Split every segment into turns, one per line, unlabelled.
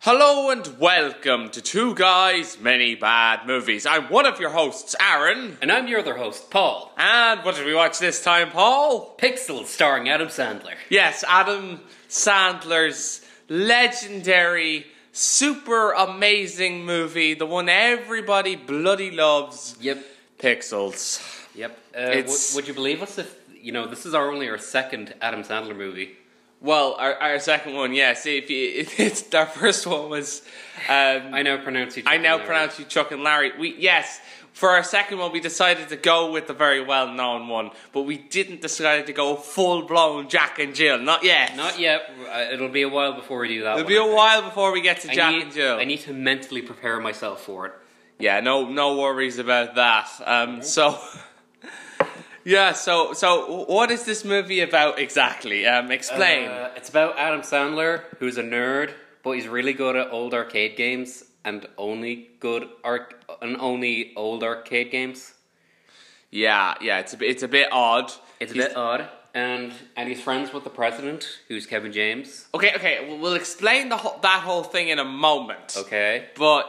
Hello and welcome to Two Guys, Many Bad Movies. I'm one of your hosts, Aaron.
And I'm your other host, Paul.
And what did we watch this time, Paul?
Pixels starring Adam Sandler.
Yes, Adam Sandler's legendary, super amazing movie, the one everybody bloody loves
Yep.
Pixels.
Yep. Uh,
It's-
w- would you believe us if, you know, this is our only our second Adam Sandler movie?
Well, our, our second one, yeah, see, if you, it's, our first one was. Um,
I now pronounce you.
I now
Chuck
pronounce you Chuck and Larry. We yes, for our second one we decided to go with the very well known one, but we didn't decide to go full blown Jack and Jill. Not yet.
and Larry. Not yet. Uh, It'll be a while before we do that.
It'll
one,
be
I
a
think.
while before we get to
I
Jack
need,
and Jill.
I need to mentally prepare myself for it.
yeah, no no worries about that. Um so Yeah, so so what is this movie about exactly? Um explain.
Uh, it's about Adam Sandler, who's a nerd, but he's really good at old arcade games and only good arc and only old arcade games.
yeah, yeah, it's a bit it's a bit odd.
It's a
He's-
bit odd, and and he's friends with the president, who's Kevin James.
Okay, okay, we'll- we'll explain the whole, that whole thing in a moment.
Okay.
But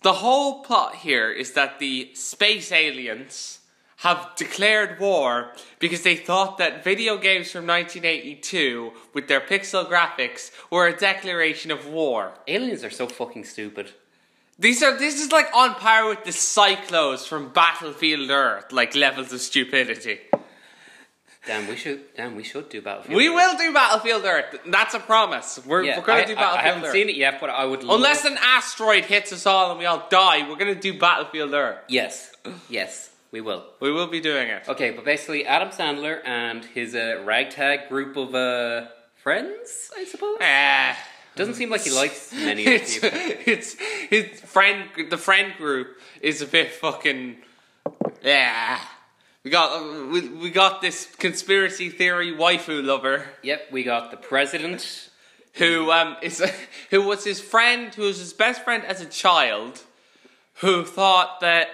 the whole plot here is that the space aliens have declared war because they thought that video games from 1982 with their pixel graphics were a declaration of war.
Aliens are so fucking stupid.
These are this is like on par with the cyclos from Battlefield Earth, like levels of stupidity.
Damn, we should. Damn, we should do Battlefield.
We
Earth.
will do Battlefield Earth. That's a promise. We're,
Yeah,
we're gonna
I,
do
I- I,
Battlefield
haven't
Earth.
seen it yet, but I would. love-
Unless an asteroid hits us all and we all die, we're gonna do Battlefield Earth.
yes, yes, we will.
We will be doing it.
Okay, but basically, Adam Sandler and his uh, ragtag group of uh, friends, I suppose.
Eh.
Doesn't seem like he likes many of
it's,
the people.
it's his friend. The friend group is a bit fucking. Yeah, we got we, we got this conspiracy theory waifu lover
Yep, we got the president.
who um is who was his friend who was his best friend as a child, who thought that.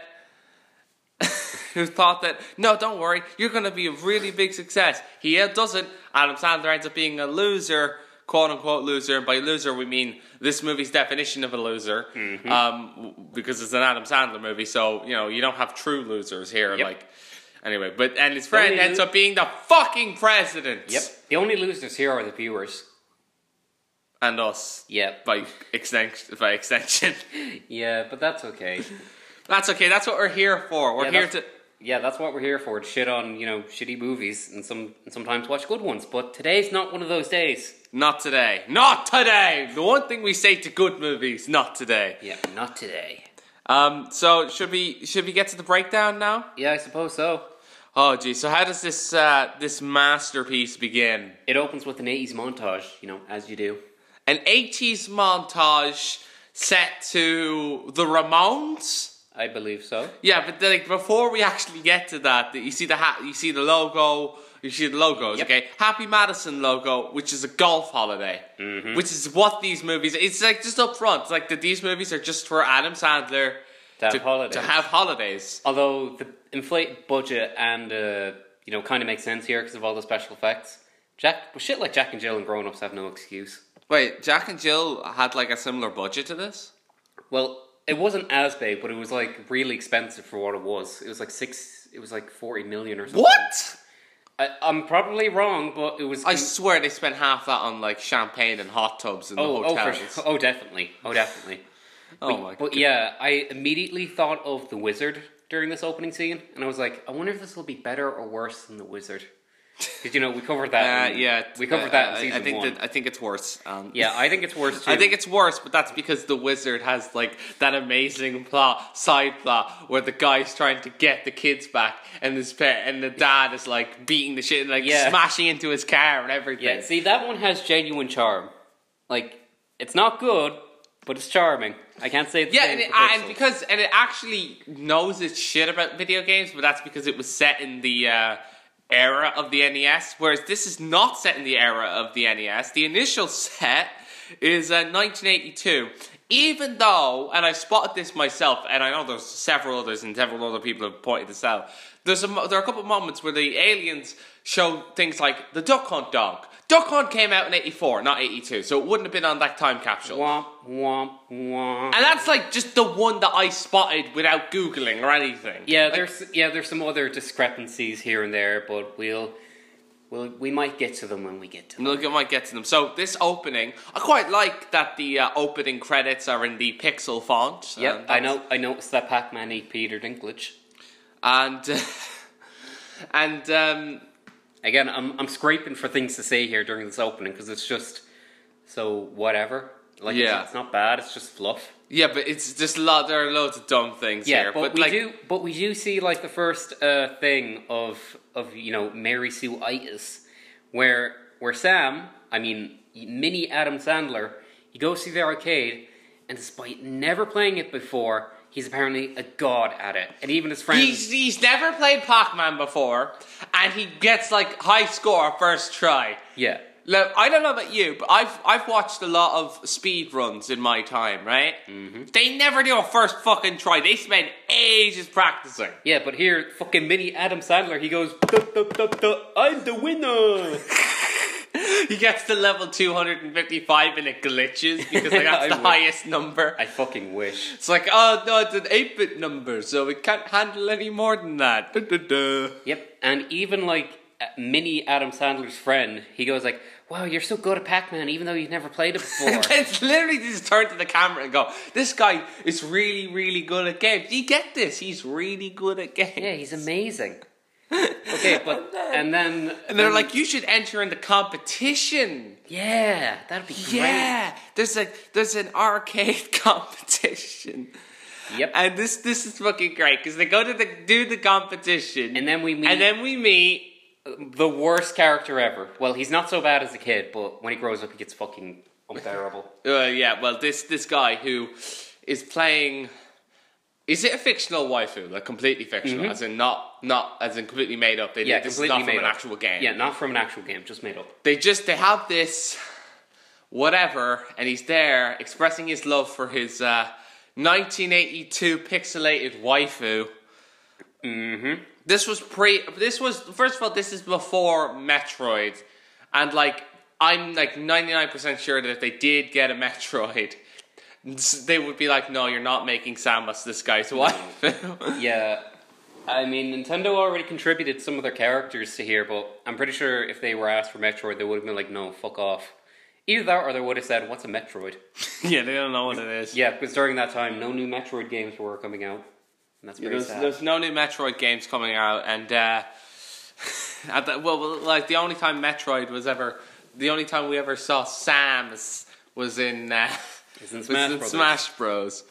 Who thought that? No, don't worry. You're going to be a really big success. He uh, doesn't. Adam Sandler ends up being a loser, quote unquote loser. And by loser, we mean this movie's definition of a loser,
Mm-hmm.
um, w- because it's an Adam Sandler movie. So you know you don't have true losers here.
Yep.
Like anyway, but and his friend
only
ends
lo-
up being the fucking president.
Yep, the only losers here are the viewers.
and us.
Yep.
by extension. By extension,
Yeah, but that's okay.
that's okay. That's what we're here for. We're
Yeah,
here
that's-
to.
Yeah, that's what we're here for. To shit on, you know, shitty movies and some and sometimes watch good ones. But today's not one of those days.
Not today. Not today. The one thing we say to good movies, not today.
Yeah, not today.
Um. So should we should we get to the breakdown now?
Yeah, I suppose so.
Oh geez. So how does this uh this masterpiece begin?
It opens with an 80s montage, you know, as you do.
An eighties montage set to the Ramones.
I believe so.
Yeah, but then, like before we actually get to that, you see the ha- you see the logo, you see the logos.
Yep.
Okay, Happy Madison logo, which is a golf holiday,
Mm-hmm.
which is what these movies. It's like just up front, it's like that these movies are just for Adam Sandler
To have holidays.
to have holidays.
Although the inflated budget and, uh, you know, kind of makes sense here because of all the special effects. Jack, well, shit like Jack and Jill and grown ups have no excuse.
Wait, Jack and Jill had like a similar budget to this.
Well, it wasn't as big, but it was like really expensive for what it was. It was like six, it was like 40 million or something.
What?
I, I'm probably wrong, but it was.
I swear they spent half that on like champagne and hot tubs in
oh,
the
oh, for
hotels.
sure. oh, definitely. Oh, definitely.
Oh my
But yeah, I immediately thought of the wizard during this opening scene, and I was like, I wonder if this will be better or worse than the wizard. Because you know we covered that.
Uh,
in-
yeah,
we covered
uh,
that in
I-
season
I think
one.
that I think it's worse. Um,
yeah, I think it's worse too.
I think it's worse, but that's because the wizard has like that amazing plot side plot where the guy's trying to get the kids back, and his pet and the dad is like beating the shit, and, like
Yeah.
smashing into his car and everything.
yeah. See, that one has genuine charm. Like it's not good, but it's charming. I can't say it's
Yeah, and, it, and because and it actually knows its shit about video games, but that's because it was set in the uh, era of the NES. Whereas this is E not set in the era of the NES. The initial set is uh, 1982. Even though, and I spotted this myself, and I know there's several others and several other people have pointed this out. There's a, mo- there are a couple of moments where the aliens show things like the Duck Hunt dog. Duck Hunt came out in '84, not '82, so it wouldn't have been on that time capsule.
Womp, womp, womp.
And that's like just the one that I spotted without googling or anything.
Yeah,
Like,
there's yeah, there's some other discrepancies here and there, but we'll we'll we might get to them when we get to them.
Look, I might get to them. So this opening, I quite like that the uh, opening credits are in the pixel font.
Yep,
and
I know I noticed that Pac-Man ate Peter Dinklage.
and uh, and um,
Again, I'm I'm scraping for things to say here during this opening because it's just so whatever. Like it's-
Yeah.
it's, not bad, it's just fluff.
yeah, but it's just lo- there are loads of dumb things
Yeah,
here.
but, we
like,
do but we do see like the first uh, thing of of you know Mary Sue Itis where where Sam, I mean mini Adam Sandler, he goes to the arcade and despite never playing it before, he's apparently a god at it. And even his friends
he's he's never played Pac-Man before, and he gets like high score first try.
Yeah.
Look, I don't know about you, but I've I've watched a lot of speed runs in my time, right? Mm-hmm. They never do a first fucking try. They spend ages practicing.
Yeah, but here, fucking mini Adam Sandler, he goes, duh, duh, duh, duh, I'm the winner!
He gets to level 255 and it glitches because like,
Yeah,
that's
I
the
would.
highest number.
I fucking wish.
It's like, oh no, it's an 8 bit number, so it can't handle any more than that. Duh, duh, duh.
Yep, and even like uh, mini Adam Sandler's friend, he goes like, wow, you're so good at Pac-Man, even though you've never played it before.
It's literally just turn to the camera and go, this guy is really, really good at games. You get this, he's really good at games.
yeah, he's amazing. Okay, but, and then...
And they're like, you should enter in the competition.
yeah, that'd be great.
Yeah, there's a there's an arcade competition,
Yep.
and this this is fucking great because they go to the do the competition,
And then we meet
and then we meet
the worst character ever. Well, he's not so bad as a kid, but when he grows up, he gets fucking unbearable.
Uh, yeah, well, this this guy who is playing. Is it a fictional waifu? Like completely fictional, as in not not as in completely made up. They
Mm-hmm. Yeah,
this is
completely
not from
made
an
up.
actual game.
yeah, not from an actual game, just made up.
They just they have this whatever, and he's there expressing his love for his uh, 1982 pixelated waifu. Mm-hmm. This was pre. This was first of all, this is before Metroid, and like I'm like 99% sure that if they did get a Metroid. They would be like, no, you're not making Samus this guy's wife.
Yeah. I mean, Nintendo already contributed some of their characters to here, but I'm pretty sure if they were asked for Metroid, they would have been like, no, fuck off. Either that or they would have said, what's a Metroid?
yeah, they don't know what it is.
Yeah, because during that time, no new Metroid games were coming out. And that's pretty
There's,
sad.
there's no new Metroid games coming out, and uh, at the, well, well, like the only time Metroid was ever, the only time we ever saw Samus was in, uh,
It's in
was
Smash
in
Brothers.
Smash Bros.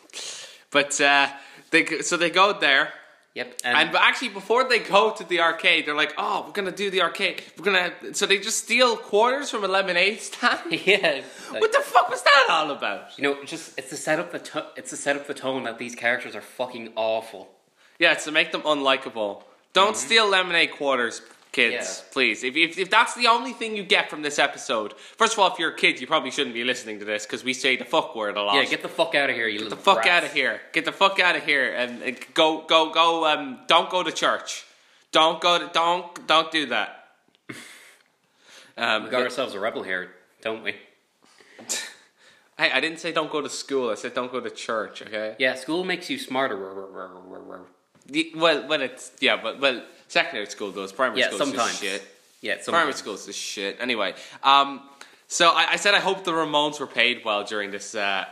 But uh, they go- so they go there,
Yep.
and but actually before they go to the arcade, they're like, oh, we're gonna do the arcade, we're gonna. So they just steal quarters from a lemonade stand.
yeah. like,
what the fuck was that all about?
you know, just, it's to set up the, to- it's to set up the tone that these characters are fucking awful.
Yeah, it's to make them unlikable. Don't steal lemonade quarters, kids,
Mm-hmm. Yeah.
please. If, if, if that's the only thing you get from this episode, first of all, if you're a kid, you probably shouldn't be listening to this because we say the fuck word a lot.
Yeah, get the fuck out of here, you little
the fuck
brats.
out of here. Get the fuck out of here and, and go go go. Um, don't go to church. Don't go to don't don't do that. Um,
We got ourselves a rebel here, don't we?
hey, I didn't say don't go to school. I said don't go to church. Okay.
Yeah, school makes you smarter.
The- well, when it's yeah, but well, secondary school does. Primary
Yeah,
school is
sometimes.
just shit.
Yeah,
Primary
sometimes.
school's is shit. Anyway, um, so I, I said I hope the Ramones were paid well during this. Uh,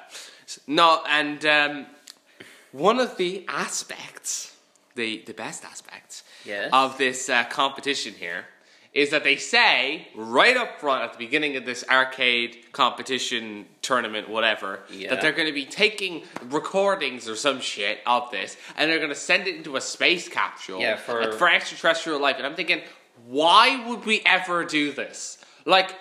s- no, and um, one of the aspects, the the best aspects
Yes.
of this uh, competition here is that they say right up front at the beginning of this arcade competition tournament, whatever,
Yeah.
that they're going to be taking recordings or some shit of this, and they're going to send it into a space capsule
Yeah, for-
like, for extraterrestrial life. And I'm thinking, why would we ever do this? Like,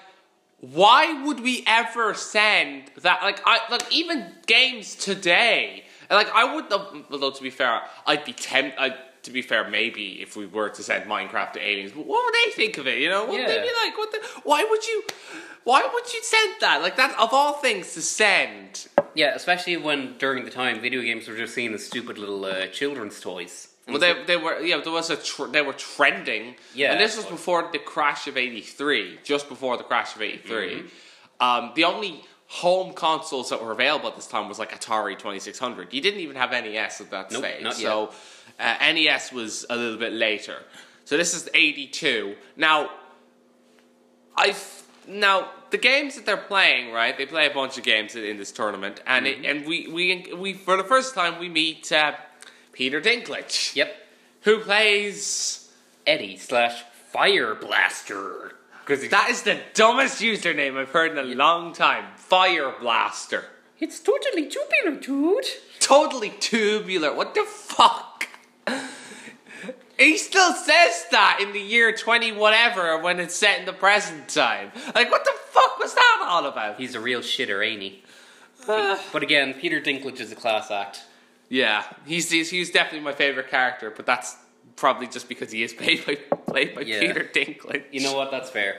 why would we ever send that? Like, I like even games today. and, Like, I would. oh, Although to be fair, I'd be tempted. I, to be fair, maybe if we were to send Minecraft to aliens, but what would they think of it? You know, what would they be
Yeah.
like? What? The, why would you? Why would you send that? Like that of all things to send
Yeah, especially when during the time video games were just seen as stupid little uh, children's toys. And
Well, they, they were yeah. There was a tr- they were trending.
Yeah,
and this was
but-
before the crash of '83, just before the crash of '83.
Mm-hmm.
Um, the only home consoles that were available at this time was like Atari 2600. You didn't even have NES at that
Nope,
stage,
not
so uh, NES was a little bit later. So this is '82. Now, I f- now the games that they're playing, right? They play a bunch of games in, in this tournament, and
Mm-hmm.
it, and we, we we for the first time we meet uh, Peter Dinklage,
yep,
who plays.
Eddie slash Fire Blaster. Because
That is the dumbest username I've heard in a long time. Fire Blaster,
it's totally tubular, dude.
totally tubular. What the fuck? He still says that in the year twenty whatever when it's set in the present time. Like, what the fuck was that all about?
He's a real shitter, ain't he? But again, Peter Dinklage is a class act.
Yeah, he's, he's he's definitely my favorite character, but that's probably just because he is played by played by
Yeah.
Peter Dinklage.
You know what? That's fair.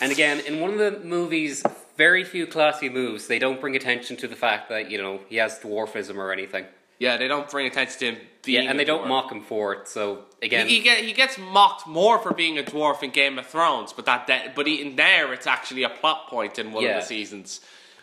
And again, in one of the movies, very few classy moves. They don't bring attention to the fact that you know he has dwarfism or anything.
Yeah, they don't bring attention to him being.
Yeah, and they
a
don't
dwarf.
mock him for it. So
He,
again,
he, get, he gets mocked more for being a dwarf in Game of Thrones, but that, that but in there it's actually a plot point in one
Yeah.
of the seasons.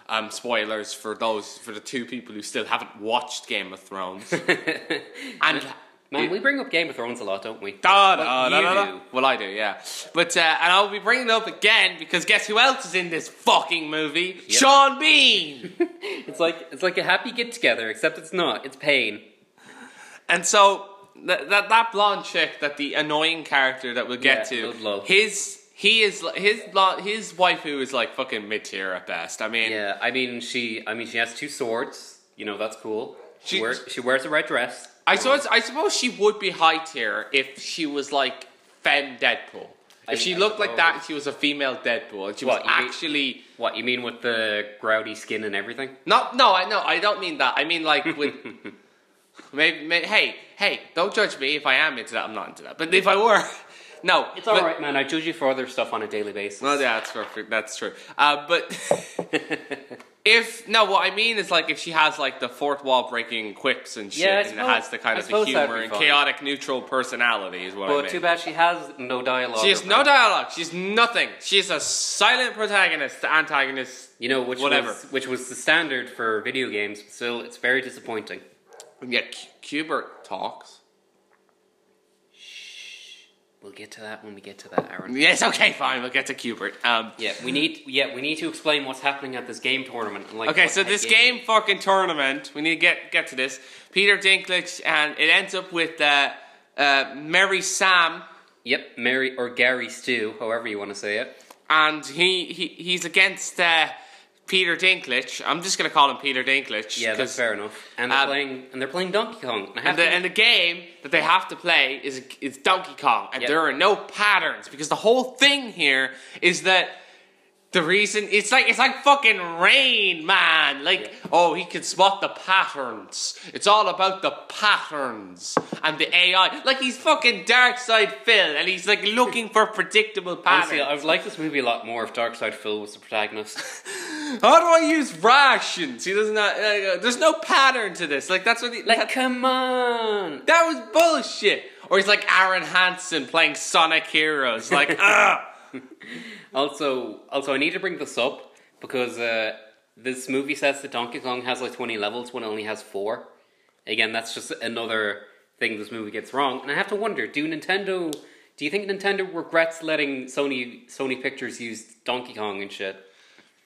Um, spoilers for those for the two people who still haven't watched Game of Thrones. and
man, we bring up Game of Thrones a lot, don't we?
Da, da,
Well,
da,
you
da, da.
do.
Well, I do, yeah. But uh, and I'll be bringing it up again because guess who else is in this fucking movie? Sean Bean.
It's like it's like a happy get together, except it's not. It's pain.
and so that, that that blonde chick, that the annoying character that we'll get
Yeah,
to,
Ludlow.
his he is li- his blonde, his waifu is like fucking mid tier at best. I mean,
Yeah, I mean she. I mean she has two swords. You know that's cool. She
She-
wears she wears a red dress.
I suppose I suppose she would be high tier if she was like femme Deadpool.
I-
If she
I
looked like that,
suppose.
she was a female Deadpool, and she was
What, you mean-
actually.
What you mean with the grouty skin and everything?
No, no, I no, I don't mean that. I mean like with. maybe, may hey, hey, don't judge me if I am into that. I'm not into that. But if I were, no,
It's
but-
all right, man. I judge you for other stuff on a daily basis.
Well, yeah, that's perfect. That's true. Uh, but if no, what I mean is like if she has like the fourth wall breaking quips and shit,
Yeah, I
and
suppose-
has the kind
I
of the
suppose that'd
humor
be
and
fun.
chaotic neutral personality is what I
But
mean.
too bad she has no dialogue.
She has
or
no
whatever.
dialogue. She's nothing. She's a silent protagonist, antagonist.
You know, which
Whatever.
was which was the standard for video games. But still, it's very disappointing.
Yeah, Q- Qbert talks.
We'll get to that when we get to that, Aaron.
Yes, okay, fine. We'll get to Qbert. Um,
Yeah, we need yeah we need to explain what's happening at this game tournament. and, like,
Okay,
what
so
the
this
heck it
game fucking tournament, we need to get get to this. Peter Dinklage, and it ends up with uh, uh, Mary Sam,
is. Yep, Mary or Gary Stew, however you want to say it.
and he, he he's against uh, Peter Dinklage. I'm just gonna call him Peter Dinklage.
Yeah, that's
'cause-
fair enough. And they're
um,
playing and they're playing Donkey Kong. And I have
And the,
to-
and the game that they have to play is is Donkey Kong, and
Yep.
there are no patterns because the whole thing here is that the reason it's like it's like fucking rain, man. Like oh, he can spot the patterns. It's all about the patterns and the AI. Like he's fucking Dark Side Phil, and he's like looking for predictable patterns.
honestly, I would like this movie a lot more if Darkseid Phil was the protagonist.
How do I use rations? He doesn't. Like, uh, there's no pattern to this. Like that's what he
like, come on.
That was bullshit. Or he's like Aaron Hansen playing Sonic Heroes. Like, ah.
Also, also, I need to bring this up because uh, this movie says that Donkey Kong has like twenty levels when it only has four. Again, that's just another thing this movie gets wrong, and I have to wonder: Do Nintendo? Do you think Nintendo regrets letting Sony Sony Pictures use Donkey Kong and shit?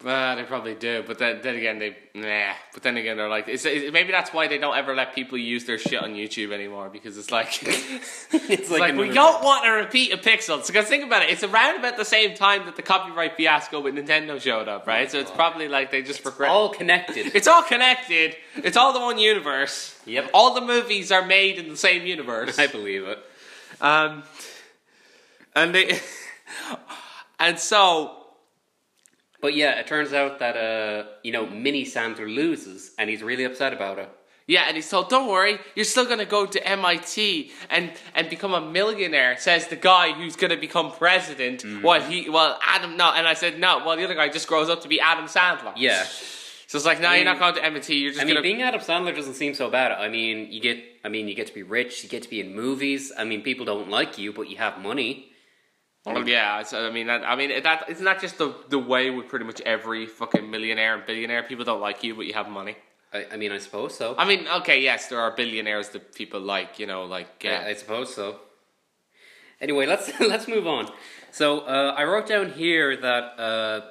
Uh, they probably do, but then, then again they nah. But then again they're like, it's, it, maybe that's why they don't ever let people use their shit on YouTube anymore because it's like, it's,
like
like, we
another-
don't want to repeat a pixel. Because think about it, it's around about the same time that the copyright fiasco with Nintendo showed up, right? so Oh. it's probably like they just regret.
All connected.
it's all connected. It's all the one universe.
Yep.
All the movies are made in the same universe.
I believe it.
Um, and they, and so
But yeah, it turns out that uh, you know, Mini Sandler loses, and he's really upset about it.
yeah, and he's told, "Don't worry, you're still gonna go to MIT and and become a millionaire." Says the guy who's gonna become
Mm-hmm.
president. Well, he, well, Adam. No, and I said no. Well, the other guy just grows up to be Adam Sandler.
Yeah,
So it's like, no, you're
mean-
not going to M&T. You're just
I mean,
gonna.
being Adam Sandler doesn't seem so bad. I mean, you get, I mean, you get to be rich. You get to be in movies. I mean, people don't like you, but you have money.
Well, yeah, it's- I mean, that, I mean that. It's not just the the way with pretty much every fucking millionaire and billionaire. People don't like you, but you have money.
I, I mean, I suppose so.
I mean, okay, yes, there are billionaires that people like. You know, like yeah.
I, I suppose so. Anyway, let's let's move on. So uh, I wrote down here that uh,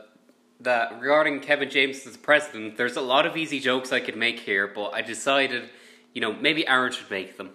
that regarding Kevin James as president, there's a lot of easy jokes I could make here, but I decided, you know, maybe Aaron should make them.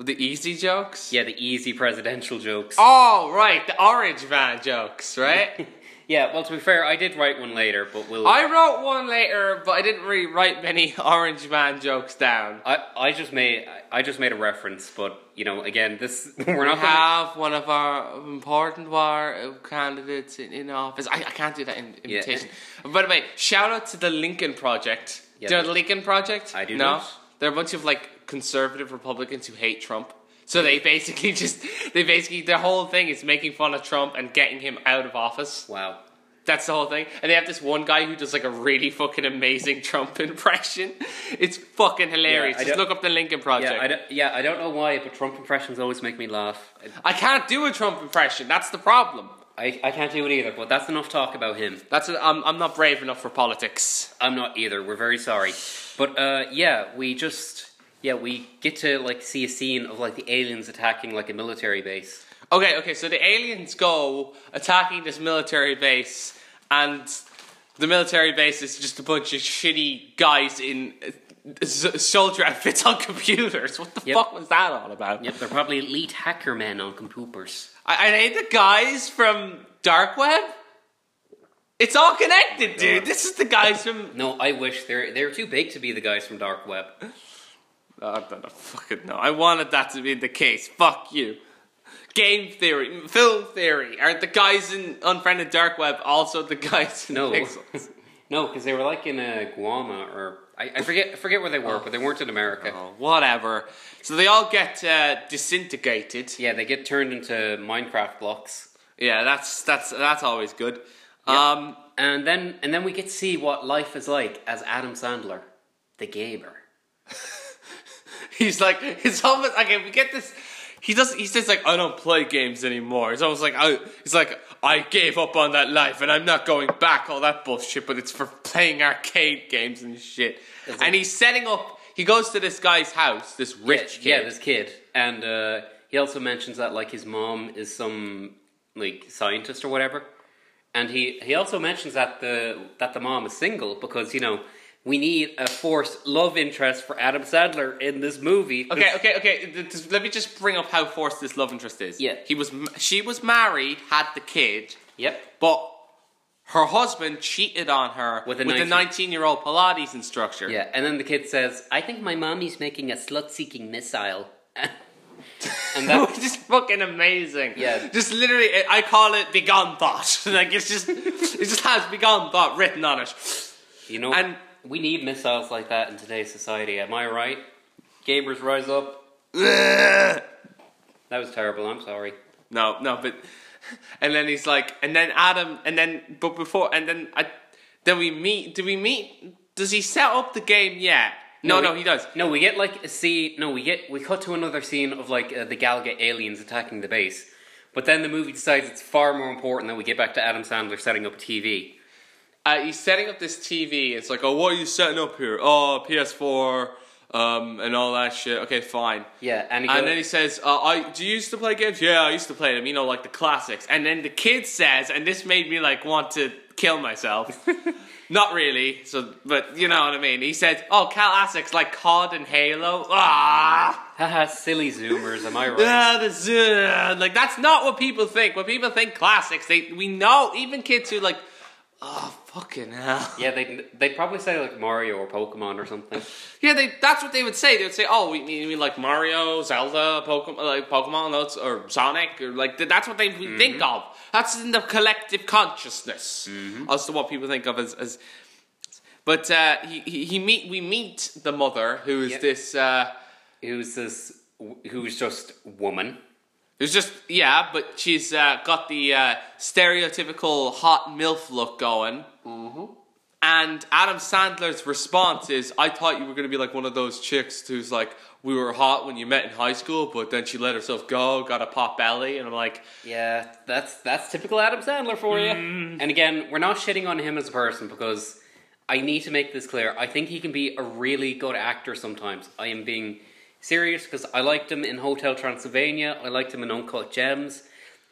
the easy jokes.
Yeah, the easy presidential jokes.
Oh right, the orange van jokes, right?
Yeah, well, to be fair, I did write one later, but we'll.
I wrote one later, but I didn't really write many orange van jokes down.
I, I just made I- I just made a reference, but you know, again, this we're
We
not. gonna,
have one of our important war uh, candidates in, in office. I, I can't do that in, imitation. By the way, shout out to the Lincoln Project.
Yeah.
Do you know the Lincoln Project?
I do
No,
not.
they're a bunch of like conservative Republicans who hate Trump. So they basically just they basically their whole thing is making fun of Trump and getting him out of office.
wow.
That's the whole thing. And they have this one guy who does like a really fucking amazing Trump impression. It's fucking hilarious.
Yeah, I
just
don't-
look up the Lincoln Project.
Yeah, I don't, yeah, I don't know why, but Trump impressions always make me laugh.
I can't do a Trump impression. That's the problem.
I, I can't do it either, but that's enough talk about him.
That's i am I'm, I'm not brave enough for politics.
I'm not either. We're very sorry. But uh, yeah, we just yeah we get to like see a scene of like the aliens attacking like a military base.
Okay, okay. So the aliens go attacking this military base, and the military base is just a bunch of shitty guys in uh, s- soldier outfits on computers. What the
Yep.
fuck was that all about?
Yep, they're probably elite hacker men on computers.
I, I hate the guys from dark web. It's all
Oh
connected, dude. This is the guys from.
No, I wish they're they're too big to be the guys from dark web.
I don't know, fucking know. I wanted that to be the case. Fuck you. Game theory, m- film theory. Are the guys in Unfriended Dark Web also the guys in
No,
Pixels?
no, because they were like in uh, Guam or I, I forget I forget where they were, but they weren't in America.
Oh, whatever. So they all get uh, disintegrated.
Yeah, they get turned into Minecraft blocks.
Yeah, that's that's that's always good. Um,
And then and then we get to see what life is like as Adam Sandler, the gamer.
he's like, it's almost okay. We get this. He does. He says like, I don't play games anymore. It's almost like I. He's like, I gave up on that life, and I'm not going back. All that bullshit, but it's for playing arcade games and shit.
It's
And he's setting up. He goes to this guy's house, this rich kid.
Yeah, this kid. And uh, he also mentions that like his mom is some like scientist or whatever. And he, he also mentions that the that the mom is single because you know we need a forced love interest for Adam Sandler in this movie.
Okay, okay, okay. th- th- Let me just bring up how forced this love interest is.
Yeah.
he was. m- She was married, had the kid,
Yep.
but her husband cheated on her
With a 19
19-year-old Pilates instructor.
Yeah. And then the kid says, "I think my mommy's making a slut-seeking missile." and that,
Which is fucking amazing.
Yeah.
Just literally, I- I call it Begone Thought. like, it's just, it just has Begone Thought written on it.
You know,
And-
we need missiles like that in today's society. Am I right? Gamers rise up. That was terrible. I'm sorry.
no, no, but, and then he's like, and then Adam, and then, but before, and then I, then we meet, do we meet, does he set up the game yet? No, no,
we-
he does.
No, we get like a scene. No, we get we cut to another scene of like uh, the Galaga aliens attacking the base. But then the movie decides it's far more important that we get back to Adam Sandler setting up a TV.
Uh, he's setting up this TV. It's like, oh, what are you setting up here? Oh, PS4, um, and all that shit. Okay, fine.
Yeah, and, he
And
goes-
then he says, uh, "I do you used to play games? Yeah, I used to play them. You know, like the classics." And then the kid says, and this made me like want to kill myself. Not really, so but you know what I mean. He said, "Oh, classics like COD and Halo." Ah,
haha, silly zoomers. Am I right?
ah, the z- like that's not what people think. When people think classics, they we know even kids who like, oh fucking hell.
yeah, they they probably say like Mario or Pokemon or something.
Yeah, they, that's what they would say. They would say, "Oh, we mean, we like Mario, Zelda, Pokemon, like Pokemon, no, it's- or Sonic, or like th- that's what they we think of. That's in the collective consciousness as to what people think of as." as but uh, he, he he meet we meet the mother who is
Yep.
this uh,
Who's this? Who's just woman?
who's just yeah, but she's uh, got the uh, stereotypical hot milf look going, mm-hmm. And Adam Sandler's response is, I thought you were going to be like one of those chicks who's like, we were hot when you met in high school, but then she let herself go, got a pop belly. And I'm like,
Yeah, that's that's typical Adam Sandler for you.
Mm.
And again, we're not shitting on him as a person because I need to make this clear. I think he can be a really good actor sometimes. I am being serious because I liked him in Hotel Transylvania. I liked him in Uncut Gems.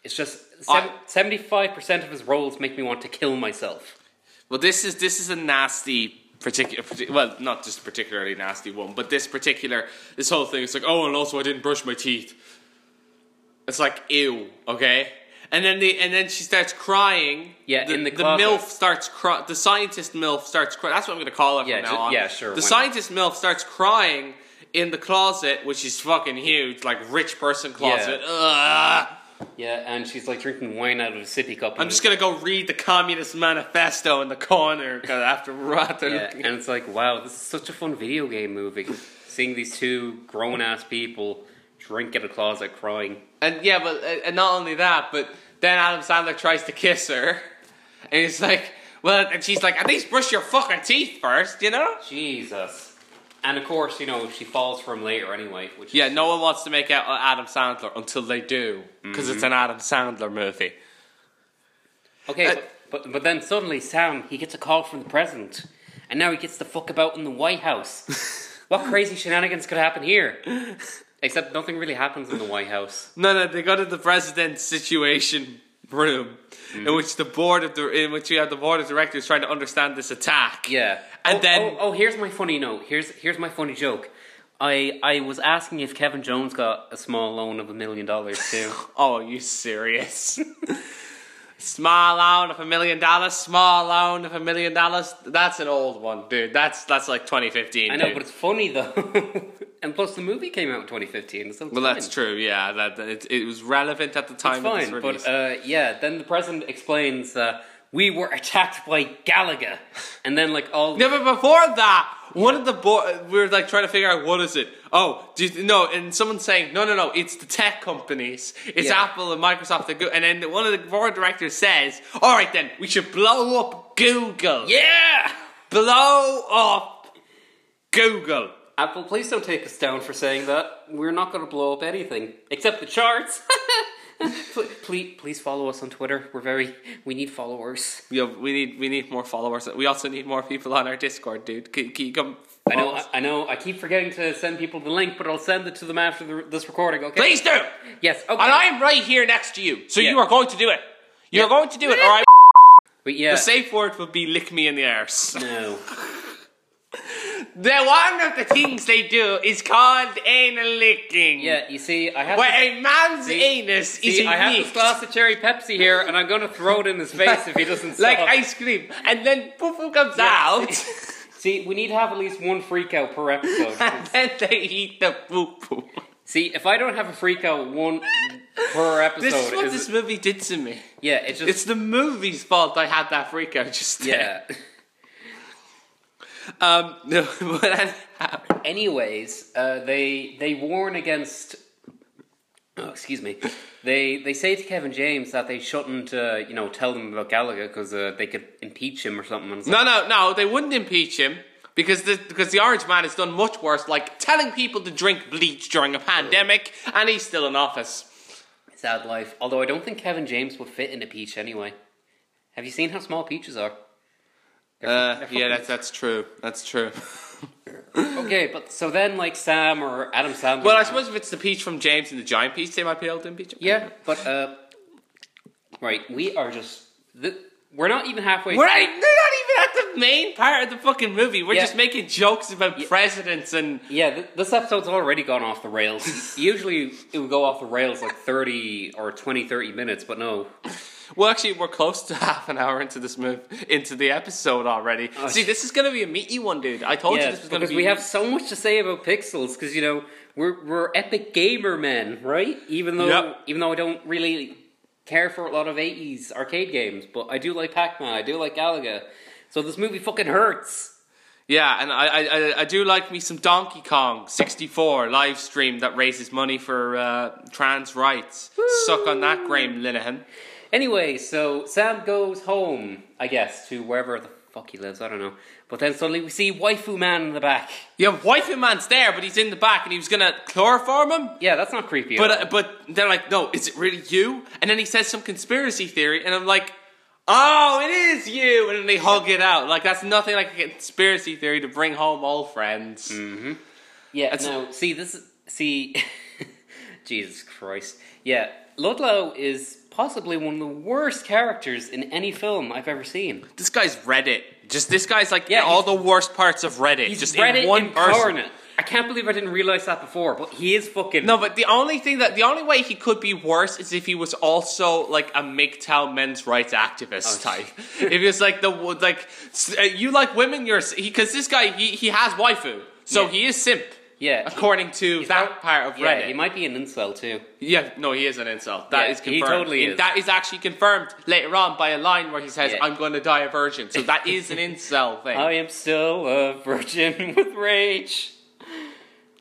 It's just
I-
seventy-five percent of his roles make me want to kill myself.
well, this is, this is a nasty particular, well, not just a particularly nasty one, but this particular, this whole thing. It's like, oh, and also I didn't brush my teeth. It's like, ew, okay? And then the and then she starts crying.
Yeah, in the
the
closet.
milf starts crying. The scientist milf starts crying. That's what I'm going to call it
Yeah,
from now
ju-
on.
yeah, sure,
The
why not?
scientist milf starts crying in the closet, which is fucking huge, like rich person closet. Ugh.
Yeah, and she's like drinking wine out of a sippy cup.
I'm just going to go read the Communist Manifesto in the corner 'cause after after
Yeah, and it's like, wow, this is such a fun video game movie. Seeing these two grown ass people drink in a closet crying.
And yeah, but uh, and not only that, but then Adam Sandler tries to kiss her, and he's like, "Well," and she's like, "At least brush your fucking teeth first, you know."
Jesus. And of course, you know, she falls for him later anyway, which
Yeah, no one wants to make out with Adam Sandler until they do, because it's an Adam Sandler movie.
Okay,
Uh,
but, but but then suddenly Sam he gets a call from the president. And now he gets the fuck about in the White House. what crazy shenanigans could happen here? Except nothing really happens in the White House.
No, no, they go to the president's situation room, in which the board of the in which you have the board of directors trying to understand this attack.
Yeah.
And
oh,
then-
oh, oh, here's my funny note. Here's here's my funny joke. I I was asking if Kevin Jones got a small loan of a million dollars too.
Oh, are you serious? small loan of a million dollars. Small loan of a million dollars. That's an old one, dude. That's that's like 2015.
I know,
dude.
but it's funny though. and plus, the movie came out in 2015. So it's
well, that's
fine.
true. Yeah, that that- it, it was relevant at the time.
It's
of its
fine,
release.
but uh, yeah. Then the president explains uh, we were attacked by Gallagher, and then like all
Yeah, but before that, one of the boy we were like trying to figure out what is it. Oh, do you, no, and someone's saying no, no, no. It's the tech companies. It's
Yeah.
Apple and Microsoft. That go-. And then one of the board directors says, "All right, then we should blow up Google.
yeah.
Blow up Google."
Apple, please don't take us down for saying that. We're not going to blow up anything except the charts. please, please follow us on Twitter. We're very we need followers.
Yeah, we need we need more followers. We also need more people on our Discord, dude. Can, can you come?
I know, I, I know. I keep forgetting to send people the link, but I'll send it to them after the, this recording. Okay.
please do.
Yes. Okay.
And I'm right here next to you, so
Yeah.
you are going to do it. You're
Yeah.
going to do it, or I.
But yeah.
The safe word would be lick me in the arse.
no.
The one of the things they do is called anal licking.
Yeah. You see, I have.
Where
to-
a man's
See-
anus is
See, I have this
unique.
glass of cherry Pepsi here, and I'm going to throw it in his face if he doesn't
like
stop.
ice cream, and then poof poof comes out,
See, we need to have at least one freak out per episode.
and then they eat the poo poo.
See, if I don't have a freak out one per episode,
This is what
is-
this movie did to me.
yeah, it just
It's the movie's fault I had that freak out just there.
yeah.
Um, no, but I-
Anyways, uh, they they warn against. Oh, excuse me. They they say to Kevin James that they shouldn't, uh, you know, tell them about Gallagher because uh, they could impeach him or something. And it's like,
no, no, no, they wouldn't impeach him because the because the Orange Man has done much worse, like telling people to drink bleach during a pandemic, and he's still in office.
Sad life. Although I don't think Kevin James would fit in a peach anyway. Have you seen how small peaches are?
Uh, yeah, that's that's true. That's true.
Okay, but so then like Sam or Adam Sandler.
Well, I suppose if it's the peach from James and the giant peach, they might be able to impeach him.
Yeah, but uh, right, we are just th- we're not even halfway.
We're not, they're not even at the main part of the fucking movie. We're
Yeah.
just making jokes about presidents and
Yeah, th- this episode's already gone off the rails. Usually it would go off the rails like 30 or 20, 30 minutes, but no.
Well, actually, we're close to half an hour into this move, into the episode already. See, this is gonna be a meaty one, dude. I told you
Oh, Yeah,
this was gonna
because
be.
we have so much to say about pixels because you know we're we're epic gamer men, right? Even though
Yep.
even though I don't really care for a lot of 80s arcade games, but I do like Pac-Man, I do like Galaga. So this movie fucking hurts.
yeah, and I, I, I, I do like me some Donkey Kong '64 live stream that raises money for uh, trans rights. Suck on that, Graham Linehan.
Anyway, so Sam goes home, I guess, to wherever the fuck he lives, I don't know. But then suddenly we see Waifu Man in the back.
Yeah, wifey man's there, but he's in the back, and he was gonna chloroform him.
Yeah, that's not creepy.
But
at all.
uh, but they're like, no, is it really you? And then he says some conspiracy theory, and I'm like, oh, it is you. And then they hug it out. Like that's nothing like a conspiracy theory to bring home old friends.
Hmm. Yeah,
That's-
no. See, this is see, Jesus Christ. Yeah, Ludlow is possibly one of the worst characters in any film I've ever seen.
This guy's Reddit. Just this guy's like
Yeah,
all
he's-
the worst parts of Reddit.
He's
just
Reddit
in one person.
incarnate. I can't believe I didn't realize that before, but he is fucking.
No, but the only thing that the only way he could be worse is if he was also like a MGTOW men's rights activist
Oh,
type. if he was like the wo- like s- uh, you like women, you're because this guy he he has waifu, so
Yeah.
he is simp.
Yeah.
according to that part of
yeah,
Reddit.
he might be an incel too.
Yeah, no, he is an insult. That
Yeah,
is
he
confirmed.
totally
And
is.
That is actually confirmed later on by a line where he says,
Yeah. Oh,
"I'm going to die a virgin." So that is an incel thing.
I am still a virgin with rage.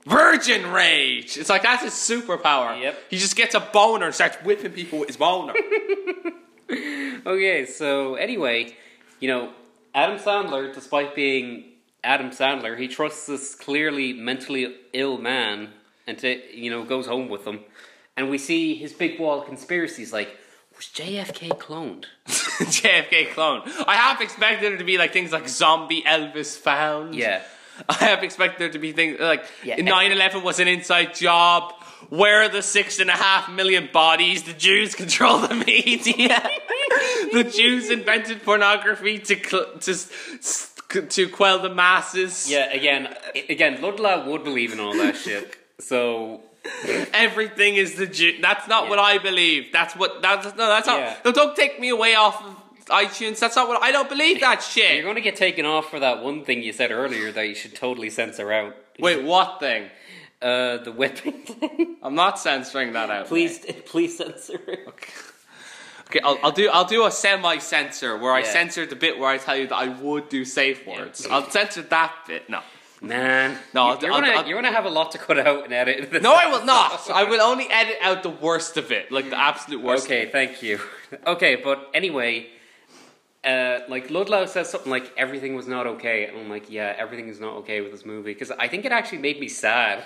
Virgin rage. It's like that's his superpower.
Yep.
He just gets a boner and starts whipping people with his boner.
Okay, so anyway, you know, Adam Sandler, despite being Adam Sandler, he trusts this clearly mentally ill man and to, you know goes home with him. And we see his big wall conspiracies like was JFK cloned?
JFK clone. I half expected it to be like things like zombie Elvis found.
Yeah.
I half expected there to be things like
Yeah.
9 11 was an inside job. Where are the six and a half million bodies? The Jews control the media. the Jews invented pornography to, cl- to, s- s- to quell the masses.
Yeah, again, again, Ludlow would believe in all that shit. So
Everything is the Jew. That's not
Yeah.
what I believe. That's what. That's no. That's not.
Yeah.
No, don't take me away off of iTunes. That's not what. I don't believe that shit.
you're going to get taken off for that one thing you said earlier that you should totally censor out.
Wait, what thing?
Uh, the whipping thing.
I'm not censoring that out.
please, please censor it.
Okay, I'll, I'll do I'll do a semi censor where I
Yeah.
censor the bit where I tell you that I would do safe words. I'll censor that bit. No,
Man,
No,
no,
I'll-
you're,
I'll-
gonna
I'll-
you're gonna have a lot to cut out and edit. This
no, I will not. I will only edit out the worst of it, like the absolute worst.
Okay, thank you. Okay, but anyway, uh, like Ludlow says something like everything was not okay, and I'm like, yeah, everything is not okay with this movie because I think it actually made me sad.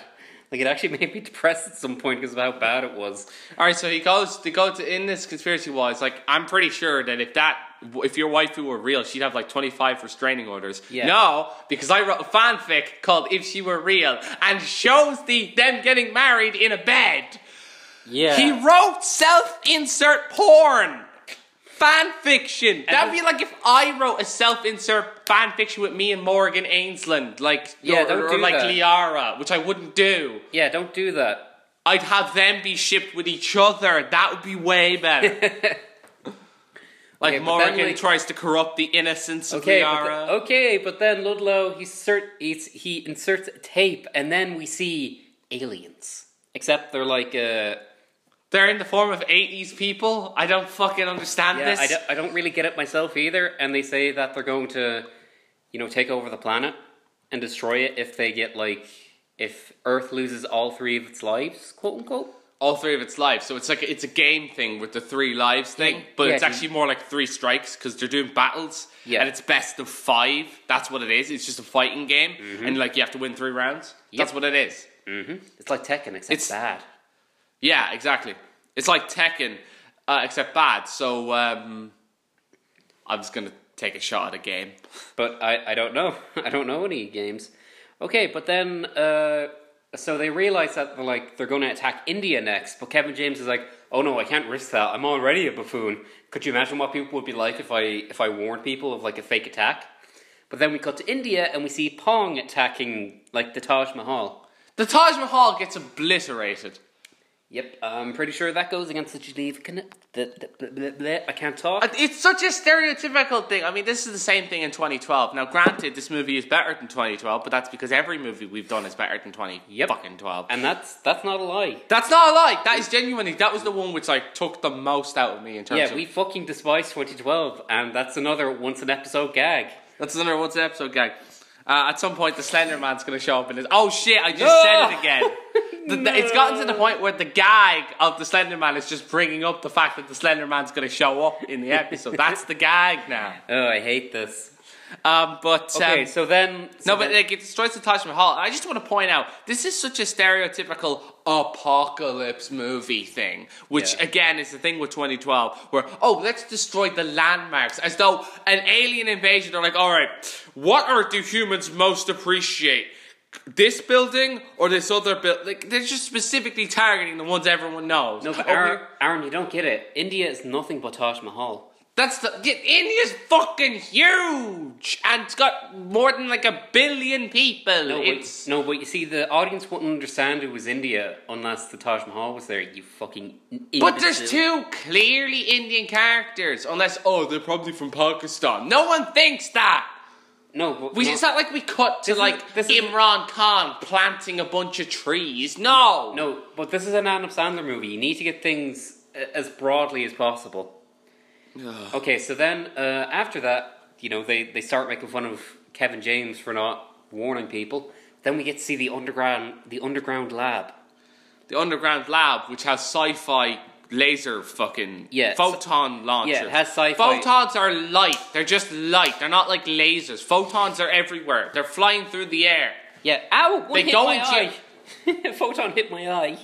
Like it actually made me depressed at some point because of how bad it was.
All right, so he goes to go to in this conspiracy wall. It's like I'm pretty sure that if that if your waifu were real, she'd have like 25 restraining orders.
Yeah.
No, because I wrote a fanfic called "If She Were Real" and shows the them getting married in a bed.
Yeah,
He wrote self-insert porn. Fan fiction. That'd be like if I wrote a self-insert fan fiction with me and Morgan Ainsland, like
Yeah,
or,
don't
or
do
like
that.
Liara, which I wouldn't do.
yeah, don't do that.
I'd have them be shipped with each other. That would be way better. like
Okay, but then,
Morgan
like-
tries to corrupt the innocence of
Okay, but
Liara.
the- okay, but then Ludlow he cert- he's, he inserts a tape, and then we see aliens. Except they're like uh,
They're in the form of 80s people. I don't fucking understand
Yeah,
this.
I, don't, I don't really get it myself either. And they say that they're going to, you know, take over the planet and destroy it if they get like if Earth loses all three of its lives, quote unquote.
all three of its lives. So it's like it's a game thing with the three lives thing, but
yeah,
it's
you-
actually more like three strikes because they're doing battles.
Yeah.
and it's best of five. That's what it is. It's just a fighting game, and like you have to win three rounds. That's
Mm-hmm. Yep.
what it is.
It's like Tekken, except
It's-
bad.
Yeah, exactly. It's like Tekken, uh, except bad. So um, I'm just gonna take a shot at a game.
But I, I don't know. I don't know any games. Okay, but then uh, so they realize that they're like they're going to attack India next. But Kevin James is like, oh no, I can't risk that. I'm already a buffoon. Could you imagine what people would be like if I if I warned people of like a fake attack? But then we cut to India and we see Pong attacking like the Taj Mahal.
The Taj Mahal gets obliterated.
Yep, I'm pretty sure that goes against the Geneva. Con- the, the, bleh, bleh, bleh. I can't talk.
Uh, It's such a stereotypical thing. I mean, this is the same thing in 2012. Now, granted, this movie is better than 2012, but that's because every movie we've done is better than 20
Yep.
fucking 12.
And that's that's not a lie.
that's not a lie. That is genuinely that was the one which like took the most out of me in terms
Yeah,
of.
we fucking despise 2012, and that's another once an episode gag.
that's another what's the episode gag. Uh, at some point, the Slender Man's gonna show up in his. Oh shit! I just
No!
said it again. The- the- It's gotten to the
No.
point where the gag of the Slender Man is just bringing up the fact that the Slender Man's gonna show up in the episode. That's the gag now.
Oh, I hate this.
Um, but um,
Okay, so then.
no,
so
but
then-
like it destroys the Taj Mahal. And I just want to point out this is such a stereotypical apocalypse movie thing, which
Yeah.
again is the thing with 2012, where oh let's destroy the landmarks as though an alien invasion. They're like, all right, what are do humans most appreciate? This building or this other building? Like they're just specifically targeting the ones everyone knows.
no, but
Oh,
Aaron, Aaron, you don't get it. India is nothing but Taj Mahal.
That's the yeah, India's fucking huge, and it's got more than like a billion people.
No,
it's
but, no, but you see, the audience wouldn't understand it was India unless the Taj Mahal was there. You fucking.
But there's two
imbecile.
clearly Indian characters, unless oh they're probably from Pakistan. No one thinks that.
No, but
We,
no,
It's not like we cut to
This is-
like
this is-
Imran Khan planting a bunch of trees. No,
no. But this is an Adam Sandler movie. You need to get things a- as broadly as possible. okay, so then uh, after that, you know, they they start making fun of Kevin James for not warning people. Then we get to see the underground the underground lab.
the underground lab, which has sci-fi laser fucking
Yeah, so-
photon launchers.
yeah, it has sci-fi.
Photons are light. They're just light. They're not like lasers. Photons are everywhere. They're flying through the air.
Yeah, ow! One
They
hit
go
my
into-
eye. Photon hit my eye.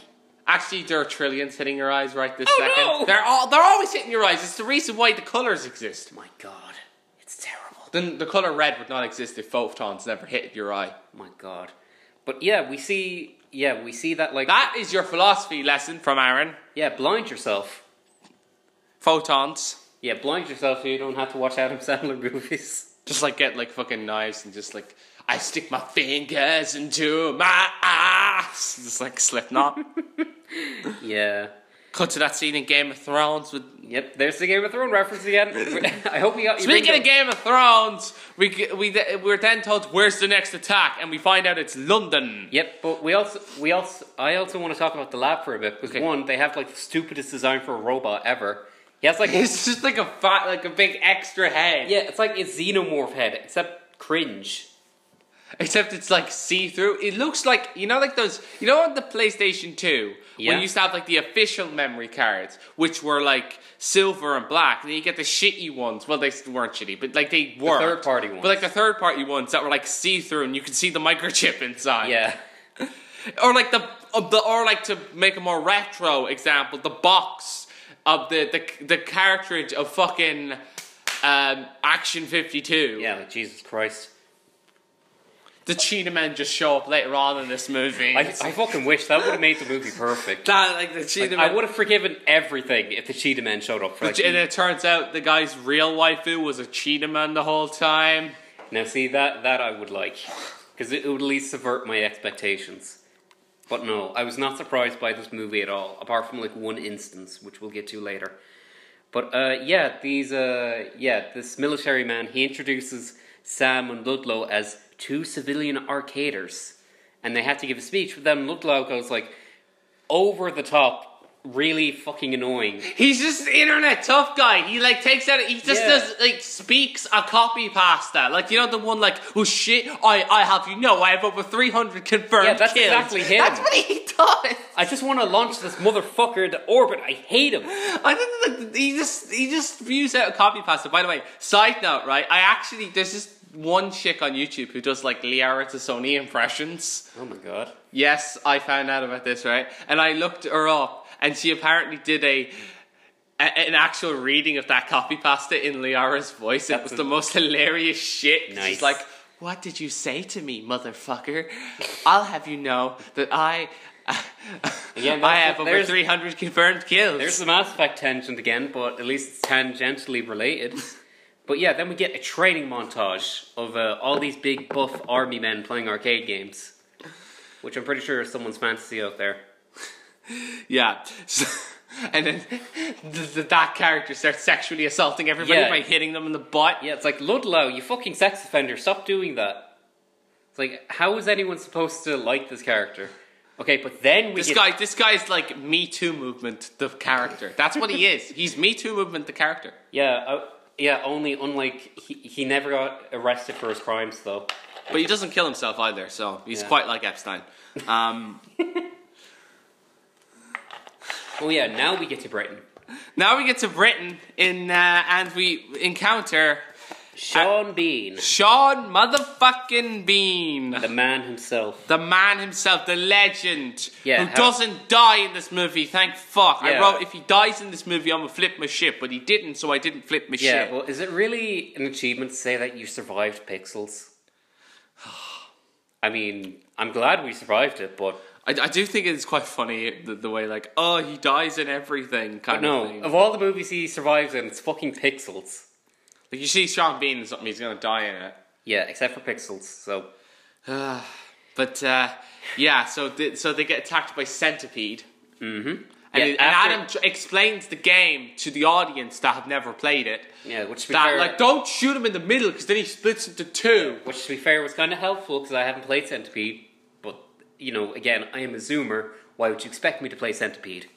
Actually, there are trillions hitting your eyes right this
Oh,
second.
no!
They're all they're always hitting your eyes. It's the reason why the colors exist.
My God, it's terrible.
Then the color red would not exist if photons never hit your eye.
My God, but yeah, we see. Yeah, we see that like
That is your philosophy lesson from Aaron.
Yeah, blind yourself.
Photons.
Yeah, blind yourself so you don't have to watch Adam Sandler movies.
Just like get like fucking knives and just like I stick my fingers into my ass. Just like Slipknot.
Yeah.
Cut to that scene in Game of Thrones with
Yep, there's the Game of Thrones reference again. I hope you got you
Speaking of
ringed
Game of Thrones, we g- we th- we're then told where's the next attack, and we find out it's London.
up. Yep, but we also we also I also want to talk about the lab for a bit because
Okay.
one, they have like the stupidest design for a robot ever. He has like
It's just like a fat, like a big extra head.
yeah, it's like a xenomorph head, except cringe.
Except it's like see through. It looks like you know, like those. You know, on the PlayStation Two,
Yeah.
when you used to have like the official memory cards, which were like silver and black, and then you get the shitty ones. Well, they weren't shitty, but like they were
third-party ones.
But like the third party ones that were like see through, and you could see the microchip inside.
Yeah.
Or like the, of the or like to make a more retro example, the box of the the the cartridge of fucking um, Action Fifty Two.
Yeah, like Jesus Christ.
the Cheetah Men just show up later on in this movie.
I, I fucking wish that would have made the movie perfect.
that like the Cheetah
Like, I would have forgiven everything if the Cheetah Man showed up for like,
And it turns out the guy's real waifu was a Cheetah Man the whole time.
Now, see that that I would like, because it would at least subvert my expectations. But no, I was not surprised by this movie at all, apart from like one instance, which we'll get to later. But uh, yeah, these uh, yeah, this military man he introduces Sam and Ludlow as two civilian arcaders, and they had to give a speech. But then Ludlow goes like over the top, really fucking annoying.
He's just an internet tough guy. He like takes out he just
Yeah.
does like speaks a copy pasta. Like you know the one like, oh shit, I I have you know I have over three hundred confirmed
Yeah, that's
kills."
exactly him.
That's what he does.
I just want to launch this motherfucker into orbit. I hate him.
I don't know. like, He just he just spews out a copy pasta. By the way, side note, right? I actually there's this one chick on YouTube who does like Liara Tassoni impressions.
Oh my god.
Yes, I found out about this, right? And I looked her up, and she apparently did a, a an actual reading of that copy pasta in Liara's voice. It
That's
was
a-
the most hilarious shit.
Nice.
She's like, "What did you say to me, motherfucker? I'll have you know that I."
Again,
I
that's-
have over
there's-
300 confirmed kills.
There's the Mass Effect tangent again, but at least it's tangentially related. but yeah, then we get a training montage of uh, all these big buff army men playing arcade games, which I'm pretty sure is someone's fantasy out there.
Yeah. So, and then th- th- that character starts sexually assaulting everybody
Yeah.
by hitting them in the butt.
Yeah, it's like Ludlow, you fucking sex offender, stop doing that. It's like, how is anyone supposed to like this character? Okay, but then we
This
get
guy, this guy's like Me Too movement, the character. That's what he is. He's Me Too movement, the character.
yeah, uh, yeah. Only unlike he, he never got arrested for his crimes though.
But he doesn't kill himself either, so he's
Yeah.
quite like Epstein. Um,
Oh yeah, now we get to Britain.
now we get to Britain, in uh, and we encounter
Sean Bean,
Sean motherfucking Bean.
the man himself.
The man himself, the legend,
Yeah,
who
how-
doesn't die in this movie, thank fuck. I
Yeah.
wrote, if he dies in this movie, I'm gonna flip my shit, but he didn't, so I didn't flip my
Yeah,
shit.
well, is it really an achievement to say that you survived Pixels? I mean, I'm glad we survived it, but
I, I do think it's quite funny the, the way, like, oh, he dies in everything kind
no.
of thing.
Of all the movies he survives in, it's fucking Pixels.
Like, you see Sean Bean in something, he's gonna die in it.
Yeah, except for Pixels. So
But, uh, yeah, so, th- so they get attacked by Centipede. Mm hmm. And,
Mm-hmm. Yeah,
and
after-
Adam tr- explains the game to the audience that have never played it.
yeah, which to be
That,
fair,
like, don't shoot him in the middle, because then he splits into two.
which to be fair was kind of helpful because I haven't played Centipede. But you know, again, I am a Zoomer. Why would you expect me to play Centipede?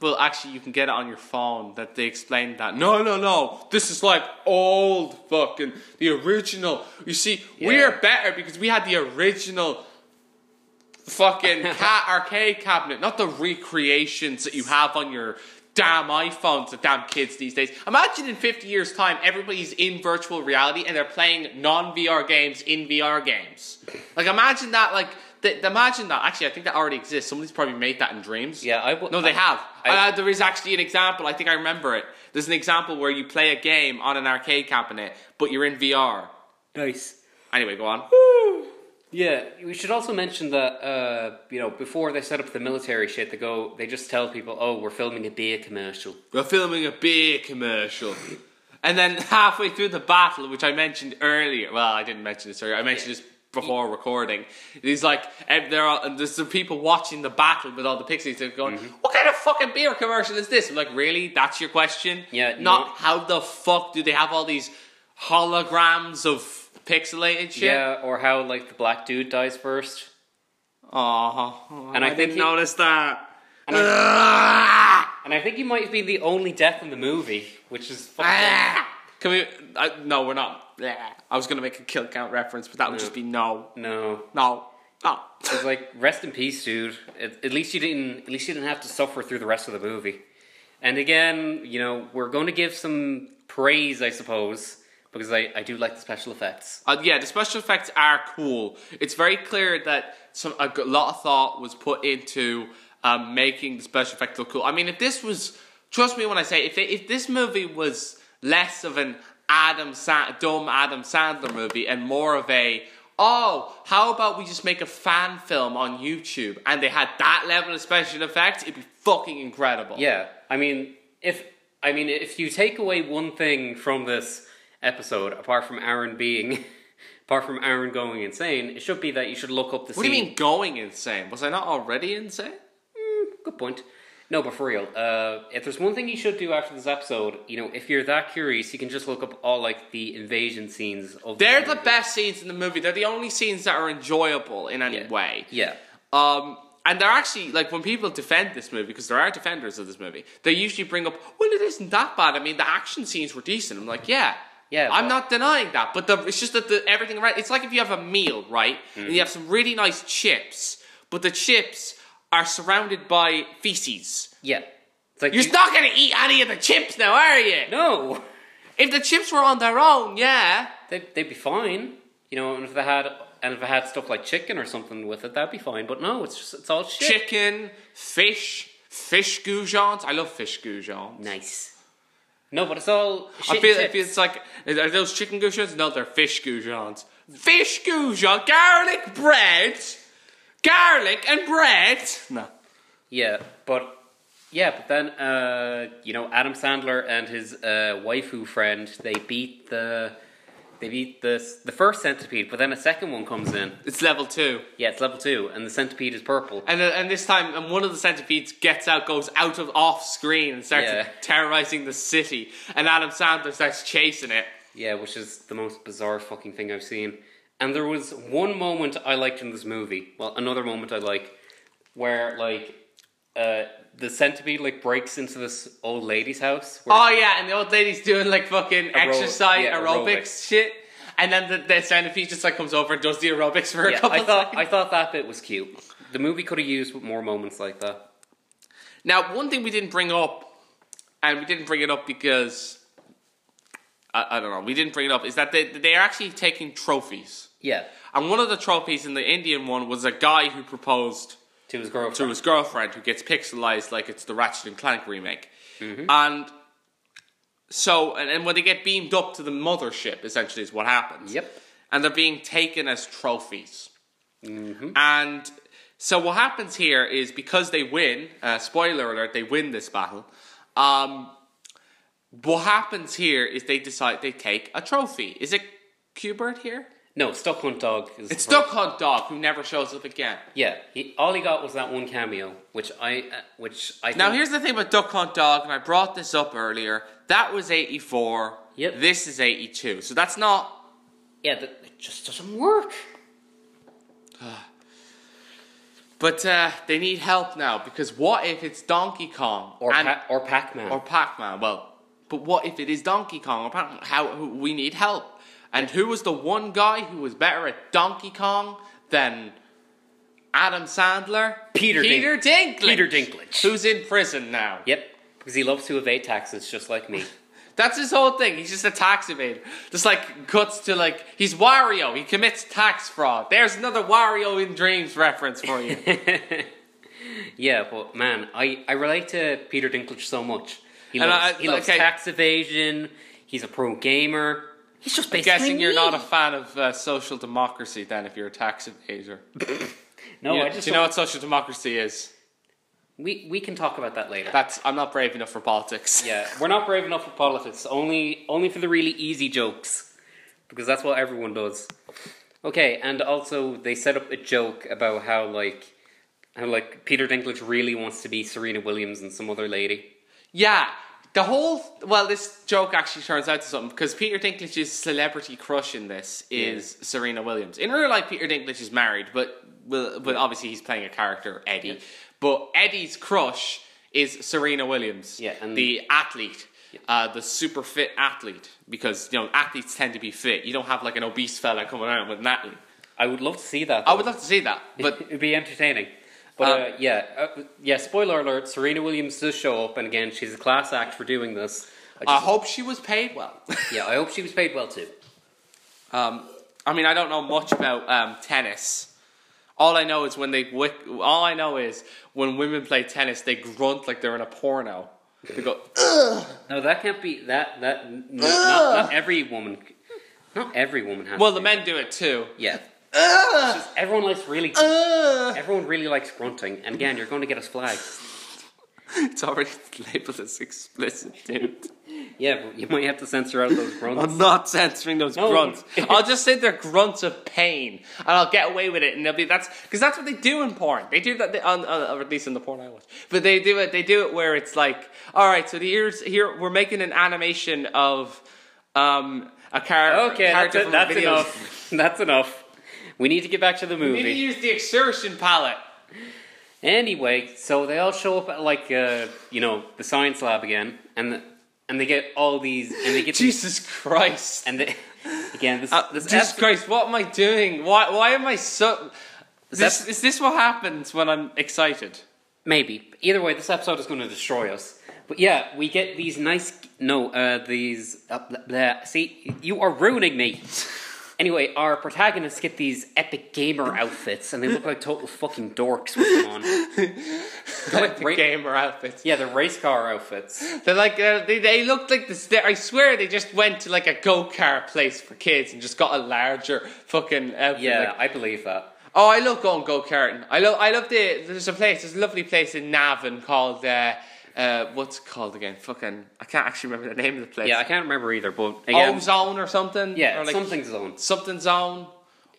Well, actually, you can get it on your phone. That they explained that. No, no, no. This is like old fucking the original. You see, we
Yeah.
are better because we had the original fucking cat arcade cabinet, not the recreations that you have on your damn iPhones. The damn kids these days. Imagine in fifty years' time, everybody's in virtual reality and they're playing non-VR games in VR games. Like, imagine that. Like, th- imagine that. Actually, I think that already exists. Somebody's probably made that in dreams.
Yeah, I w-
No, they
I-
have.
I-
uh, there is actually an example. I think I remember it. There's an example where you play a game on an arcade cabinet, but you're in VR.
Nice.
Anyway, go on.
Yeah, we should also mention that uh, you know before they set up the military shit, they go they just tell people, "Oh, we're filming a beer commercial."
We're filming a beer commercial. And then halfway through the battle, which I mentioned earlier, well, I didn't mention this earlier, I mentioned this before recording. He's like, and there are, and there's some people watching the battle with all the pixies. They're going,
Mm-hmm.
What kind of fucking beer commercial is this? I'm like, Really? That's your question?
Yeah,
Not
no.
how the fuck do they have all these holograms of pixelated shit?
Yeah, or how like the black dude dies first.
Aw,
And
I,
I think
didn't
he-
notice that.
And I-
Ah!
And I think he might be the only death in the movie, which is fucking.
Ah! Can we? I, no, we're not. I was gonna make a kill count reference, but that would just be no,
no.
no, no.
It's like rest in peace, dude. At, at least you didn't. At least you didn't have to suffer through the rest of the movie. And again, you know, we're going to give some praise, I suppose, because I, I do like the special effects.
Uh, yeah, the special effects are cool. It's very clear that some a g- lot of thought was put into um, making the special effects look cool. I mean, if this was, trust me when I say, if it, if this movie was less of an Adam Sa- dumb Adam Sandler movie and more of a Oh, how about we just make a fan film on YouTube and they had that level of special effects? It'd be fucking incredible.
Yeah, I mean, if I mean, if you take away one thing from this episode, apart from Aaron being, apart from Aaron going insane, it should be that you should look up the.
What do you mean going insane? Was I not already insane?
Hmm, Good point. No, but for real, uh, if there's one thing you should do after this episode, you know, if you're that curious, you can just look up all like the invasion scenes of.
They're the
movie.
best scenes in the movie. They're the only scenes that are enjoyable in any
Yeah.
way.
Yeah,
Um, and they're actually like when people defend this movie because there are defenders of this movie. They usually bring up, well, it isn't that bad. I mean, the action scenes were decent. I'm like, yeah,
Yeah,
I'm
but-
not denying that, but the, it's just that the, everything around. It's like if you have a meal, right,
Mm-hmm.
and you have some really nice chips, but the chips are surrounded by feces.
yeah. It's like
You're
you-
not gonna eat any of the chips now, are you?
no.
If the chips were on their own, yeah.
They'd, they'd be fine, you know, and if they had and if they had stuff like chicken or something with it, that'd be fine. But no, it's just it's all shit.
chicken, fish, fish goujons. I love fish goujons.
Nice. No, but it's all. Shit
I feel
chips.
if it's like are those chicken goujons? No, they're fish goujons. Fish goujon, garlic bread, garlic and bread. No.
Yeah, but yeah, but then uh, you know Adam Sandler and his uh, waifu friend they beat the they beat the the first centipede, but then a second one comes in.
It's level two,
Yeah, it's level two, and the centipede is purple.
and then- and this time, and one of the centipedes gets out, goes out of off screen, and starts
Yeah.
terrorizing the city. And Adam Sandler starts chasing it.
Yeah, which is the most bizarre fucking thing I've seen. And there was one moment I liked in this movie. Well, another moment I like, where like uh, the centipede like breaks into this old lady's house. Where
Oh yeah, and the old lady's doing like fucking exercise
yeah,
aerobics,
aerobics.
shit. And then the, the centipede just like comes over and does the aerobics for a
yeah,
couple
I thought
seconds.
I thought that bit was cute. The movie could have used more moments like that.
Now, one thing we didn't bring up, and we didn't bring it up because I, I don't know. We didn't bring it up. Is that they they are actually taking trophies,
Yeah,
and one of the trophies in the Indian one was a guy who proposed
to his
to
girlfriend.
his girlfriend who gets pixelized like it's the Ratchet and Clank remake. And so, and, and when they get beamed up to the mothership, essentially, is what happens.
Yep.
And they're being taken as trophies. And so, what happens here is because they win, uh, spoiler alert, they win this battle. Um, what happens here is they decide they take a trophy. Is it Qbert here?
No, Stuckhunt Dog is
It's Duck Hunt Dog, who never shows up again.
Yeah, he, all he got was that one cameo, which I uh, which I
Now
think-
here's the thing about Duck Hunt Dog, and I brought this up earlier. That was 84.
Yep.
This is 82. So that's not.
yeah, that, it just doesn't work.
But uh, they need help now because what if it's Donkey Kong
Or
and,
pa- or Pac Man.
or Pac Man? Well, but what if it is Donkey Kong or Pac Man? How who, we need help. And who was the one guy who was better at Donkey Kong than Adam Sandler?
Peter Dink-
Peter Dinklage.
Peter Dinklage.
Who's in prison now?
Yep, because he loves to evade taxes, just like me.
That's his whole thing. He's just a tax evader. Just like cuts to like he's Wario. He commits tax fraud. There's another Wario in Dreams reference for you.
yeah, but man, I, I relate to Peter Dinklage so much. He
And
loves,
I-
he loves
okay.
tax evasion. He's a pro gamer. He's just basically
Guessing you're not a
me.
fan of uh, social democracy then if you're a tax evader.
no.
You-
I just
do you know what social democracy is?
we we can talk about that later.
That's I'm not brave enough for politics.
yeah, we're not brave enough for politics. Only only for the really easy jokes, because that's what everyone does. Okay, and also they set up a joke about how like how like Peter Dinklage really wants to be Serena Williams and some other lady.
Yeah. The whole well, this joke actually turns out to something because Peter Dinklage's celebrity crush in this is Serena Williams. In real life, Peter Dinklage is married, but well, but obviously he's playing a character Eddie. But Eddie's crush is Serena Williams,
Yeah, and-
the athlete, uh, the super fit athlete, because you know athletes tend to be fit. You don't have like an obese fella coming out with an athlete.
I would love to see that.
I
though.
would love to see that, but
it'd be entertaining. But
Um,
uh, yeah, uh, yeah. Spoiler alert: Serena Williams does show up, and again, she's a class act for doing this. I
I
just,
hope she was paid well.
yeah, I hope she was paid well too.
Um, I mean, I don't know much about um, tennis. All I know is when they wick, all I know is when women play tennis, they grunt like they're in a porno. They go,
No, that can't be that that n- not, not, not every woman, not every woman has.
well,
to
the
do
men do it too.
that. Yeah. It's just everyone likes really. Everyone really likes grunting, and again, you're going to get us flagged.
It's already labeled as explicit, dude.
Yeah, but you might have to censor out those grunts.
I'm not censoring those
No.
grunts. I'll just say they're grunts of pain, and I'll get away with it. And they'll be that's because that's what they do in porn. They do that they, on, on, or at least in the porn I watch. But they do it. They do it where it's like, all right, so the ears here. We're making an animation of um a char-
Okay, that's,
character
it,
from
that's
a video.
enough. That's enough. We need to get back to the movie.
Maybe use the exertion palette.
Anyway, so they all show up at like uh, you know the science lab again, and the, and they get all these and they get these,
Jesus Christ!
and they again this,
Uh,
this
Jesus
episode-
Christ! What am I doing? Why? Why am I so? This,
ep-
is this what happens when I'm excited?
maybe either way this episode is going to destroy us. But yeah, we get these nice no uh, these uh, blah, blah. see you are ruining me. Anyway, our protagonists get these epic gamer outfits, and they look like total fucking dorks with them on.
Like the
great-
gamer outfits.
Yeah, the race car outfits.
They're like uh, they, they looked like this. They, I swear they just went to like a go kart place for kids and just got a larger fucking outfit.
Yeah,
Like,
I believe that.
oh, I love going go karting. I love I love the there's a place there's a lovely place in Navan called uh, uh what's it called again? Fucking I can't actually remember the name of the place.
Yeah, I can't remember either, but
O
again,
Zone or something.
yeah,
or like
something's on.
something zone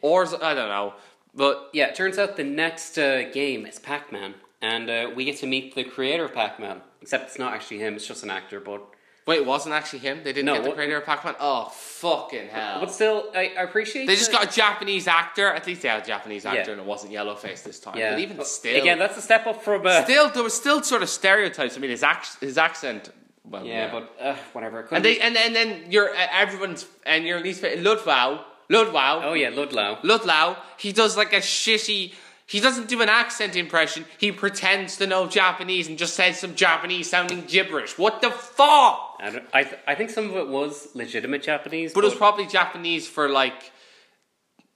or z- I don't know. But
Yeah, it turns out the next uh, game is Pac Man, and uh, we get to meet the creator of Pac Man. Except it's not actually him, it's just an actor, but.
wait, it wasn't actually him. They didn't
No,
get the
what-
creator of Pac-Man. Oh fucking hell!
But still, I, I appreciate
They just
that-
got a Japanese actor. At least they had a Japanese actor,
Yeah.
and it wasn't yellow face this time.
Yeah.
But even
But
still,
Again, that's a step up from. Uh,
still there were still sort of stereotypes. I mean, his ac- his accent. Well,
yeah, but uh, whatever. it
and
couldn't
they and and then your uh, everyone's and
Oh,
your least favorite Ludlow, Ludlow,
be- oh, yeah, Ludlow.
Ludlow. He does like a shitty. He doesn't do an accent impression. He pretends to know Japanese and just says some Japanese sounding gibberish. What the fuck?
I, don't- I, th- I think some of it was legitimate Japanese,
But it was probably Japanese for like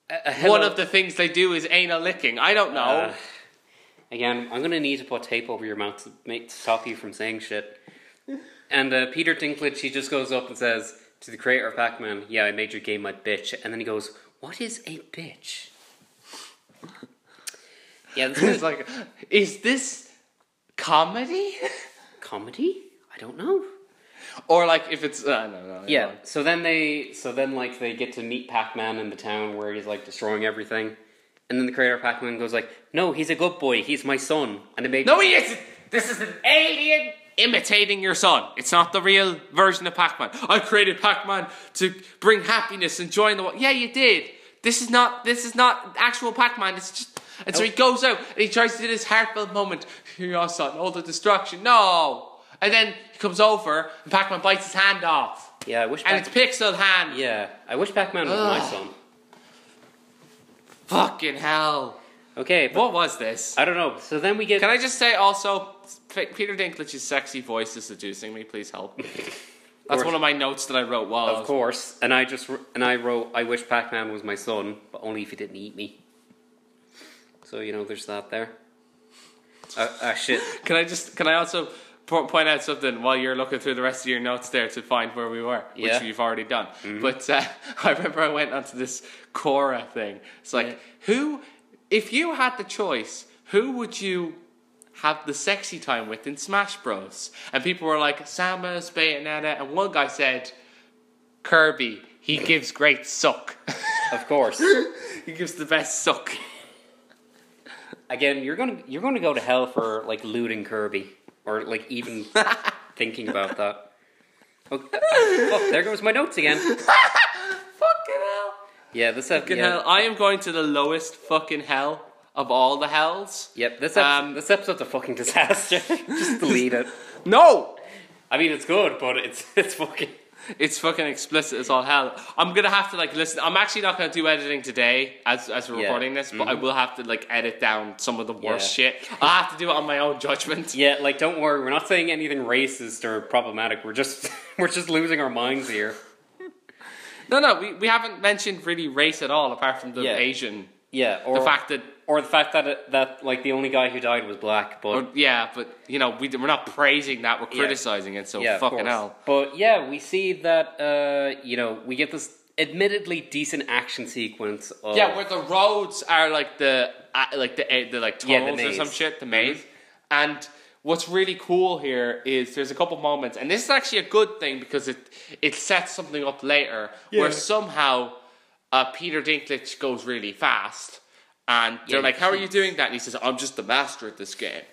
a- a
one
hello-
of the things they do is anal licking. I don't know.
Uh, again, I'm gonna need to put tape over your mouth to, make, to stop you from saying shit. And uh, Peter Dinklage, he just goes up and says to the creator of Pac-Man, "Yeah, I made your game my bitch." And then he goes, "What is a bitch?" Yeah, this
it's
is
like, is this comedy?
comedy. I don't know.
or like if it's uh, no no
Yeah. So then they, so then like they get to meet Pac-Man in the town where he's like destroying everything, and then the creator of Pac-Man goes like, "No, he's a good boy. He's my son." And it made
No, he isn't. This is an alien imitating your son. It's not the real version of Pac-Man. I created Pac-Man to bring happiness and joy in the world. Yeah, you did. This is not. This is not actual Pac-Man. It's just. And so he goes out and he tries to do this heartfelt moment. Here you are, son. All the destruction. No. And then he comes over and Pac-Man bites his hand off.
Yeah, I wish.
And
Pac-
it's pixel hand.
Yeah, I wish Pac-Man was my
Ugh.
son.
Fucking hell.
Okay, but
What was this?
I don't know. So then we get.
Can I just say also, P- Peter Dinklage's sexy voice is seducing me. Please help. That's one of my notes that I wrote while I
of
was-
course, and I just wr- and I wrote, I wish Pac-Man was my son, but only if he didn't eat me. So you know, there's that there. Ah, uh, shit.
Can I just? Can I also po- point out something while you're looking through the rest of your notes there to find where we were,
Yeah.
which you've already done. But uh, I remember I went onto this Cora thing. It's like who, if you had the choice, who would you? Have the sexy time with in Smash Bros. And people were like Samus, Bayonetta, and one guy said Kirby. He gives great suck.
Of course.
He gives the best suck.
Again, you're gonna you're gonna go to hell for like looting Kirby, or like even thinking about that. Okay. Oh, there goes my notes again.
Fucking hell.
Yeah, this ep-
Fucking
yeah,
hell. I am going to the lowest fucking hell of all the hells.
Yep, this episode,
Um,
this episode's a fucking disaster. Just delete it.
No!
I mean, it's good, but it's it's fucking.
It's fucking explicit as all hell. I'm gonna have to like listen. I'm actually not gonna do editing today as as we're
Yeah. Mm-hmm.
recording this, but I will have to like edit down some of the worst
Yeah.
shit. I have to do it on my own judgment.
Yeah, like don't worry, we're not saying anything racist or problematic. We're just we're just losing our minds here.
No, no, we, we haven't mentioned really race at all apart from the
Yeah.
Asian,
Yeah, or
the fact that
or the fact that it, that like the only guy who died was black, but
or, oh, yeah, but you know we we're not praising that, we're criticizing it. So
yeah, of
fucking
course.
hell.
But yeah, we see that uh, you know we get this admittedly decent action sequence. Of,
Yeah, where the roads are like the uh, like the uh, the like
Yeah, the
tunnels or
maze. Mhm.
some shit, the maze. And what's really cool here is there's a couple moments, and this is actually a good thing because it it sets something up later where somehow uh, Peter Dinklage goes really fast, and they're
Yeah,
like, "How are
he-
you doing that?" And he says, "I'm just the master at this game."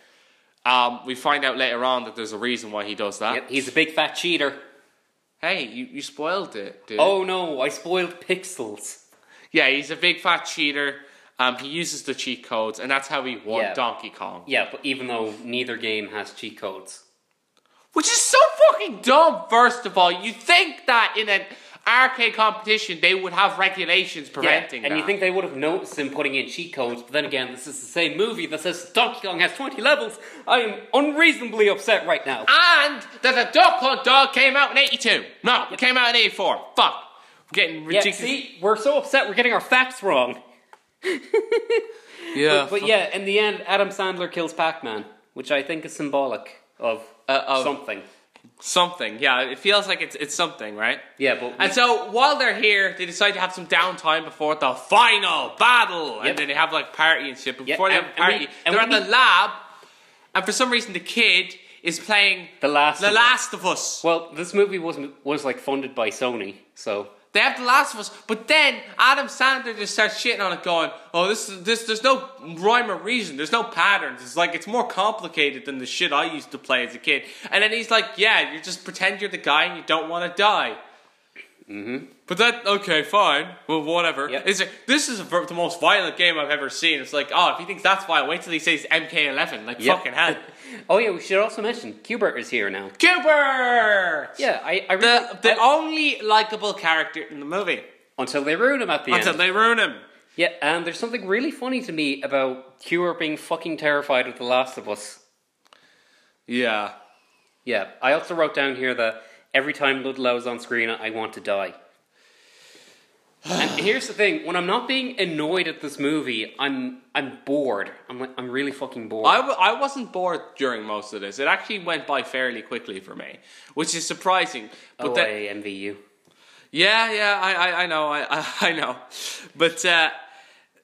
Um, we find out later on that there's a reason why he does that.
Yep, he's a big fat cheater.
Hey, you, you spoiled it, dude.
Oh no, I spoiled pixels.
Yeah, he's a big fat cheater. Um, he uses the cheat codes, and that's how he won
Yeah.
Donkey Kong.
Yeah, but even though neither game has cheat codes.
Which is so fucking dumb, first of all. You think that in an arcade competition they would have regulations preventing
yeah, and
that.
you think they would have noticed him putting in cheat codes, but then again, this is the same movie that says Donkey Kong has 20 levels. I am unreasonably upset right now.
Ah, and that the Duck Hunt dog came out in 82. No, it came out in 84. Fuck. We're getting
Yeah,
ridiculous.
see, we're so upset we're getting our facts wrong.
yeah
But yeah, in the end, Adam Sandler kills Pac Man, which I think is symbolic of,
Uh, of-
something.
something. Yeah, it feels like it's, it's something, right?
Yeah, but.
And so while they're here, they decide to have some downtime before the final battle,
Yep.
and then they have like party and shit. But
Yeah,
before they
and-
have a
and we-
party,
and
they're at
we
the lab, and for some reason the kid is playing
The Last
The
of Us.
Last of Us.
well, this movie was was like funded by Sony, so
They have The Last of Us, but then Adam Sandler just starts shitting on it, going, "Oh, this is this. There's no rhyme or reason. There's no patterns. It's like it's more complicated than the shit I used to play as a kid." And then he's like, "Yeah, you just pretend you're the guy and you don't want to die." Mm-hmm. But that okay, fine. Well, whatever.
Yep.
It's like, this is ver- the most violent game I've ever seen. It's like, oh, if he thinks that's violent, wait till he says MK11. Like
Yep.
fucking hell,
Oh yeah, we should also mention Qbert is here now.
Cooper.
Yeah, I, I really
The the only likable character in the movie
until they ruin him at the
until
end.
they ruin him.
Yeah, and there's something really funny to me about Cure being fucking terrified of The Last of Us.
Yeah.
Yeah, I also wrote down here that every time Ludlow's on screen, I want to die. and here's the thing: when I'm not being annoyed at this movie, I'm I'm bored. I'm like I'm really fucking bored.
I, w- I wasn't bored during most of this. It actually went by fairly quickly for me, which is surprising. But
oh,
then,
I envy you.
yeah, yeah, I, I, I know, I, I, I know. But uh,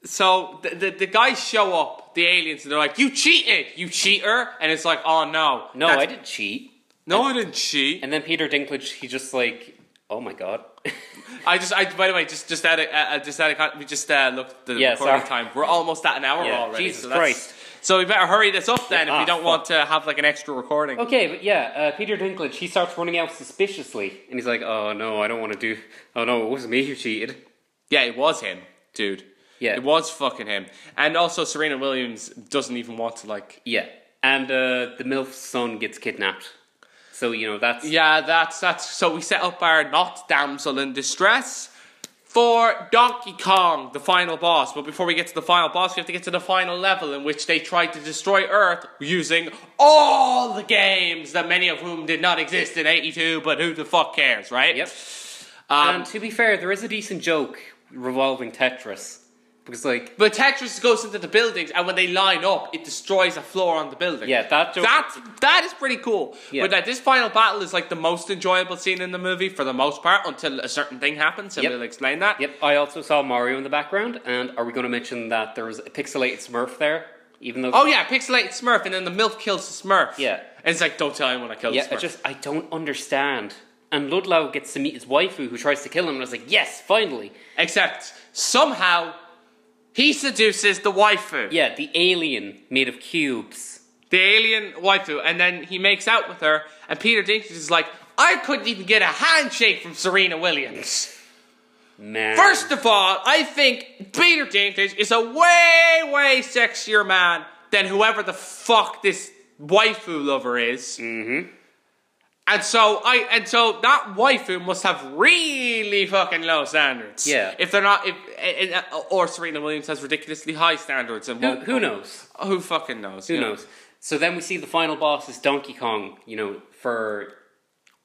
so the, the the guys show up, the aliens, and they're like, "You cheated, you cheater!" And it's like, "Oh no,
No,
That's-
I didn't cheat.
No, I didn't cheat.
And then Peter Dinklage, he just like, oh my god.
I just, I by the way, just just out of, uh, uh, just out of, con- we just uh, looked at the
Yeah,
recording
sorry.
time. We're almost at an hour
Yeah,
already.
Jesus
so that's-
Christ.
So we better hurry this up then if
Ah,
we don't want to have like an extra recording.
okay, but yeah, uh, Peter Dinklage, he starts running out suspiciously, and he's like, oh no, I don't want to do. Oh no, it wasn't me who cheated.
Yeah, it was him, dude.
Yeah.
It was fucking him. And also Serena Williams doesn't even want to like
Yeah, and uh, the milf's son gets kidnapped. So you know that's
Yeah, that's that's so we set up our not damsel in distress for Donkey Kong, the final boss. But before we get to the final boss, we have to get to the final level in which they tried to destroy Earth using all the games, that many of whom did not exist in 82, but who the fuck cares, right?
Yep.
Um,
and to be fair, there is a decent joke revolving Tetris because like
but Tetris goes into the buildings, and when they line up, it destroys a floor on the building.
yeah that joke
That that is pretty cool.
Yeah.
But that this final battle is like the most enjoyable scene in the movie for the most part until a certain thing happens, and
Yep.
we'll explain that.
Yep, I also saw Mario in the background, and are we going to mention that there was a pixelated Smurf there? Even though
Oh yeah, pixelated Smurf, and then the milf kills the Smurf.
Yeah.
and it's like, don't tell anyone I killed
yeah,
the
I
Smurf.
just I don't understand. And Ludlow gets to meet his waifu, who tries to kill him, and I was like, yes, finally.
Except somehow he seduces the waifu,
Yeah, the alien made of cubes.
the alien waifu, and then he makes out with her. And Peter Dinklage is like, I couldn't even get a handshake from Serena Williams.
Man,
First of all, I think Peter Dinklage is a way, way sexier man than whoever the fuck this waifu lover is. Mm-hmm. And so I, and so that waifu must have really fucking low standards.
Yeah.
If they're not, if and- and- or Serena Williams has ridiculously high standards, and
who,
won't-
who knows?
who fucking knows?
Who knows? So then we see the final boss is Donkey Kong. You know, for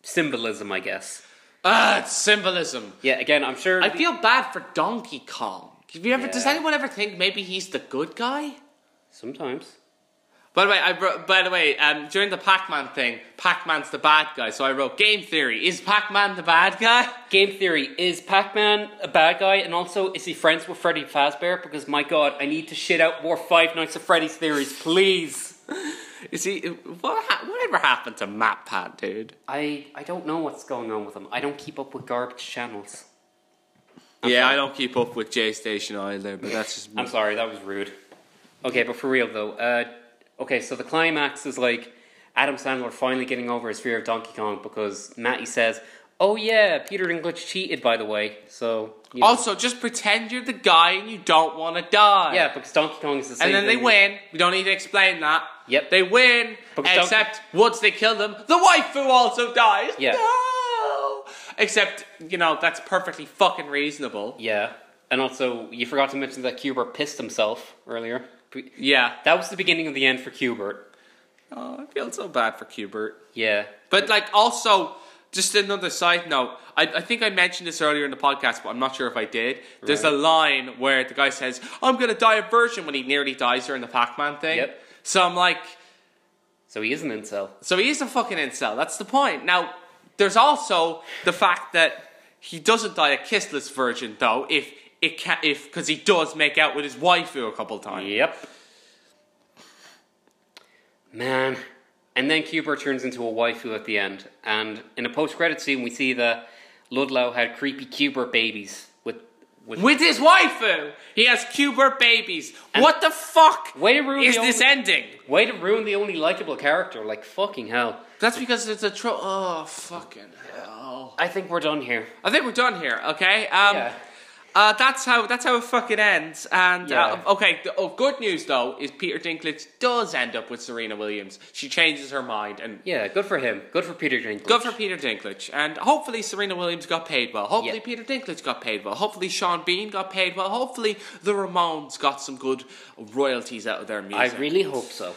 symbolism, I guess.
Ah, it's symbolism.
Yeah, again, I'm sure.
I
the-
feel bad for Donkey Kong. Have you ever? Does
Yeah.
anyone ever think maybe he's the good guy?
sometimes.
By the way, I wrote, by the way, um, during the Pac-Man thing, Pac-Man's the bad guy. So I wrote game theory: Is Pac-Man the bad guy?
Game theory is Pac Man a bad guy, and also is he friends with Freddy Fazbear? Because my god, I need to shit out more Five Nights at Freddy's theories, please.
Is he? What? Ha- whatever happened to Matt Pat, dude?
I I don't know what's going on with them. I don't keep up with garbage channels.
Yeah, I don't keep up with J Station either, but that's just
I'm sorry, that was rude. Okay, but for real though, uh, okay, so the climax is like Adam Sandler finally getting over his fear of Donkey Kong because Matty says, "Oh yeah, Peter Dinklage cheated, by the way." So you know.
also just pretend you're the guy and you don't want to die.
yeah, because Donkey Kong is the same.
And then they
thing as-
win. We don't need to explain that.
Yep.
They win.
But don't-
except once they kill them, the waifu also dies.
Yeah.
No. Except you know that's perfectly fucking reasonable.
Yeah, and also you forgot to mention that Cubert pissed himself earlier.
Yeah.
That was the beginning of the end for Cubert.
Oh, I feel so bad for Cubert.
Yeah,
But like also, just another side note, I, I think I mentioned this earlier in the podcast, but I'm not sure if I did. There's a line where the guy says, I'm gonna die of version when he nearly dies during the Pac-Man thing.
Yep.
So I'm like,
so he is an incel.
so he is a fucking incel, that's the point. Now, there's also the fact that he doesn't die a kissless virgin though, if it can if cause he does make out with his waifu a couple times.
Yep. Man, and then Cubert turns into a waifu at the end, and in a post-credit scene we see that Ludlow had creepy Cubert babies with with.
With his waifu! He has Cubert babies. what the fuck
Way to ruin
is
the
this
only-
ending?
Way to ruin the only likable character, like fucking hell.
That's because it's a tro. Oh fucking hell!
I think we're done here.
I think we're done here. Okay. Um,
Yeah.
Uh, that's how that's how it fucking ends. And
Yeah.
uh, okay, the, oh, good news though is Peter Dinklage does end up with Serena Williams. She changes her mind, and
Yeah, good for him. Good for Peter Dinklage.
good for Peter Dinklage. And hopefully Serena Williams got paid well. Hopefully
Yeah.
Peter Dinklage got paid well. Hopefully Sean Bean got paid well. Hopefully the Ramones got some good royalties out of their
I
music.
really hope so.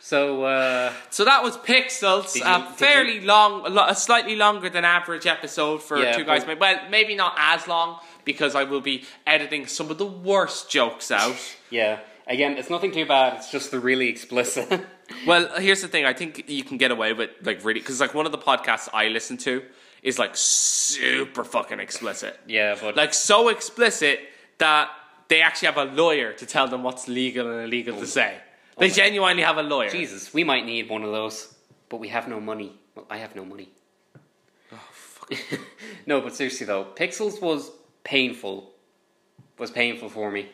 So, uh,
so that was Pixels,
Did you-
a
did you-
fairly long, a lo- a slightly longer than average episode for
Yeah,
two guys.
but-
Well, maybe not as long because I will be editing some of the worst jokes out.
yeah. Again, it's nothing too bad. It's just the really explicit.
Well, here's the thing. I think you can get away with like really because like one of the podcasts I listen to is like super fucking explicit,
yeah, but
like so explicit that they actually have a lawyer to tell them what's legal and illegal to say. They genuinely have a lawyer.
Oh. Jesus, we might need one of those, but we have no money. Well, I have no money. Oh, fuck. no, but seriously though, Pixels was painful. Was painful for me.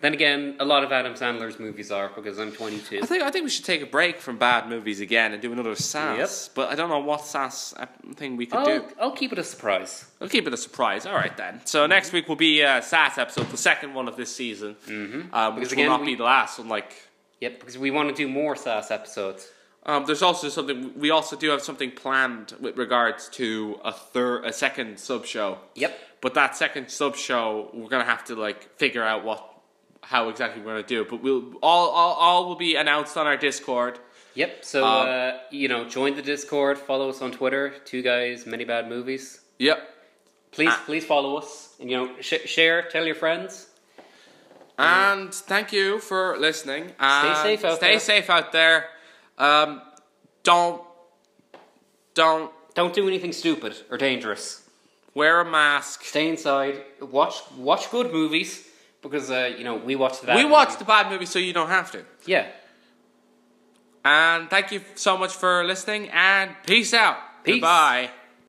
Then again, a lot of Adam Sandler's movies are because I'm 22.
I think I think we should take a break from bad movies again and do another sass. But I don't know what sass uh, thing we could do.
I'll, I'll keep it a surprise.
We'll keep it a surprise. All right then. So next week will be uh, sass episode, the second one of this season, mm-hmm. um, which
Because
will
again,
not
we-
be the last. Unlike
Yep, because we want to do more SAS episodes.
Um, there's also something we also do have something planned with regards to a third, a second sub show.
Yep.
But that second sub show, we're gonna have to like figure out what, how exactly we're gonna do. But we'll all all, all will be announced on our Discord.
Yep. So
Um,
uh, you know, join the Discord. Follow us on Twitter. Two guys, many bad movies.
Yep.
Please,
Ah.
please follow us. And you know, sh- share. Tell your friends.
And thank you for listening. And
safe out
stay
there.
safe out there. Um, don't don't
Don't do anything stupid or dangerous.
wear a mask.
Stay inside. Watch watch good movies because uh, you know we watch the bad
we watch the
movies.
bad movies so you don't have to.
yeah.
And thank you so much for listening and peace out.
Peace.
Goodbye.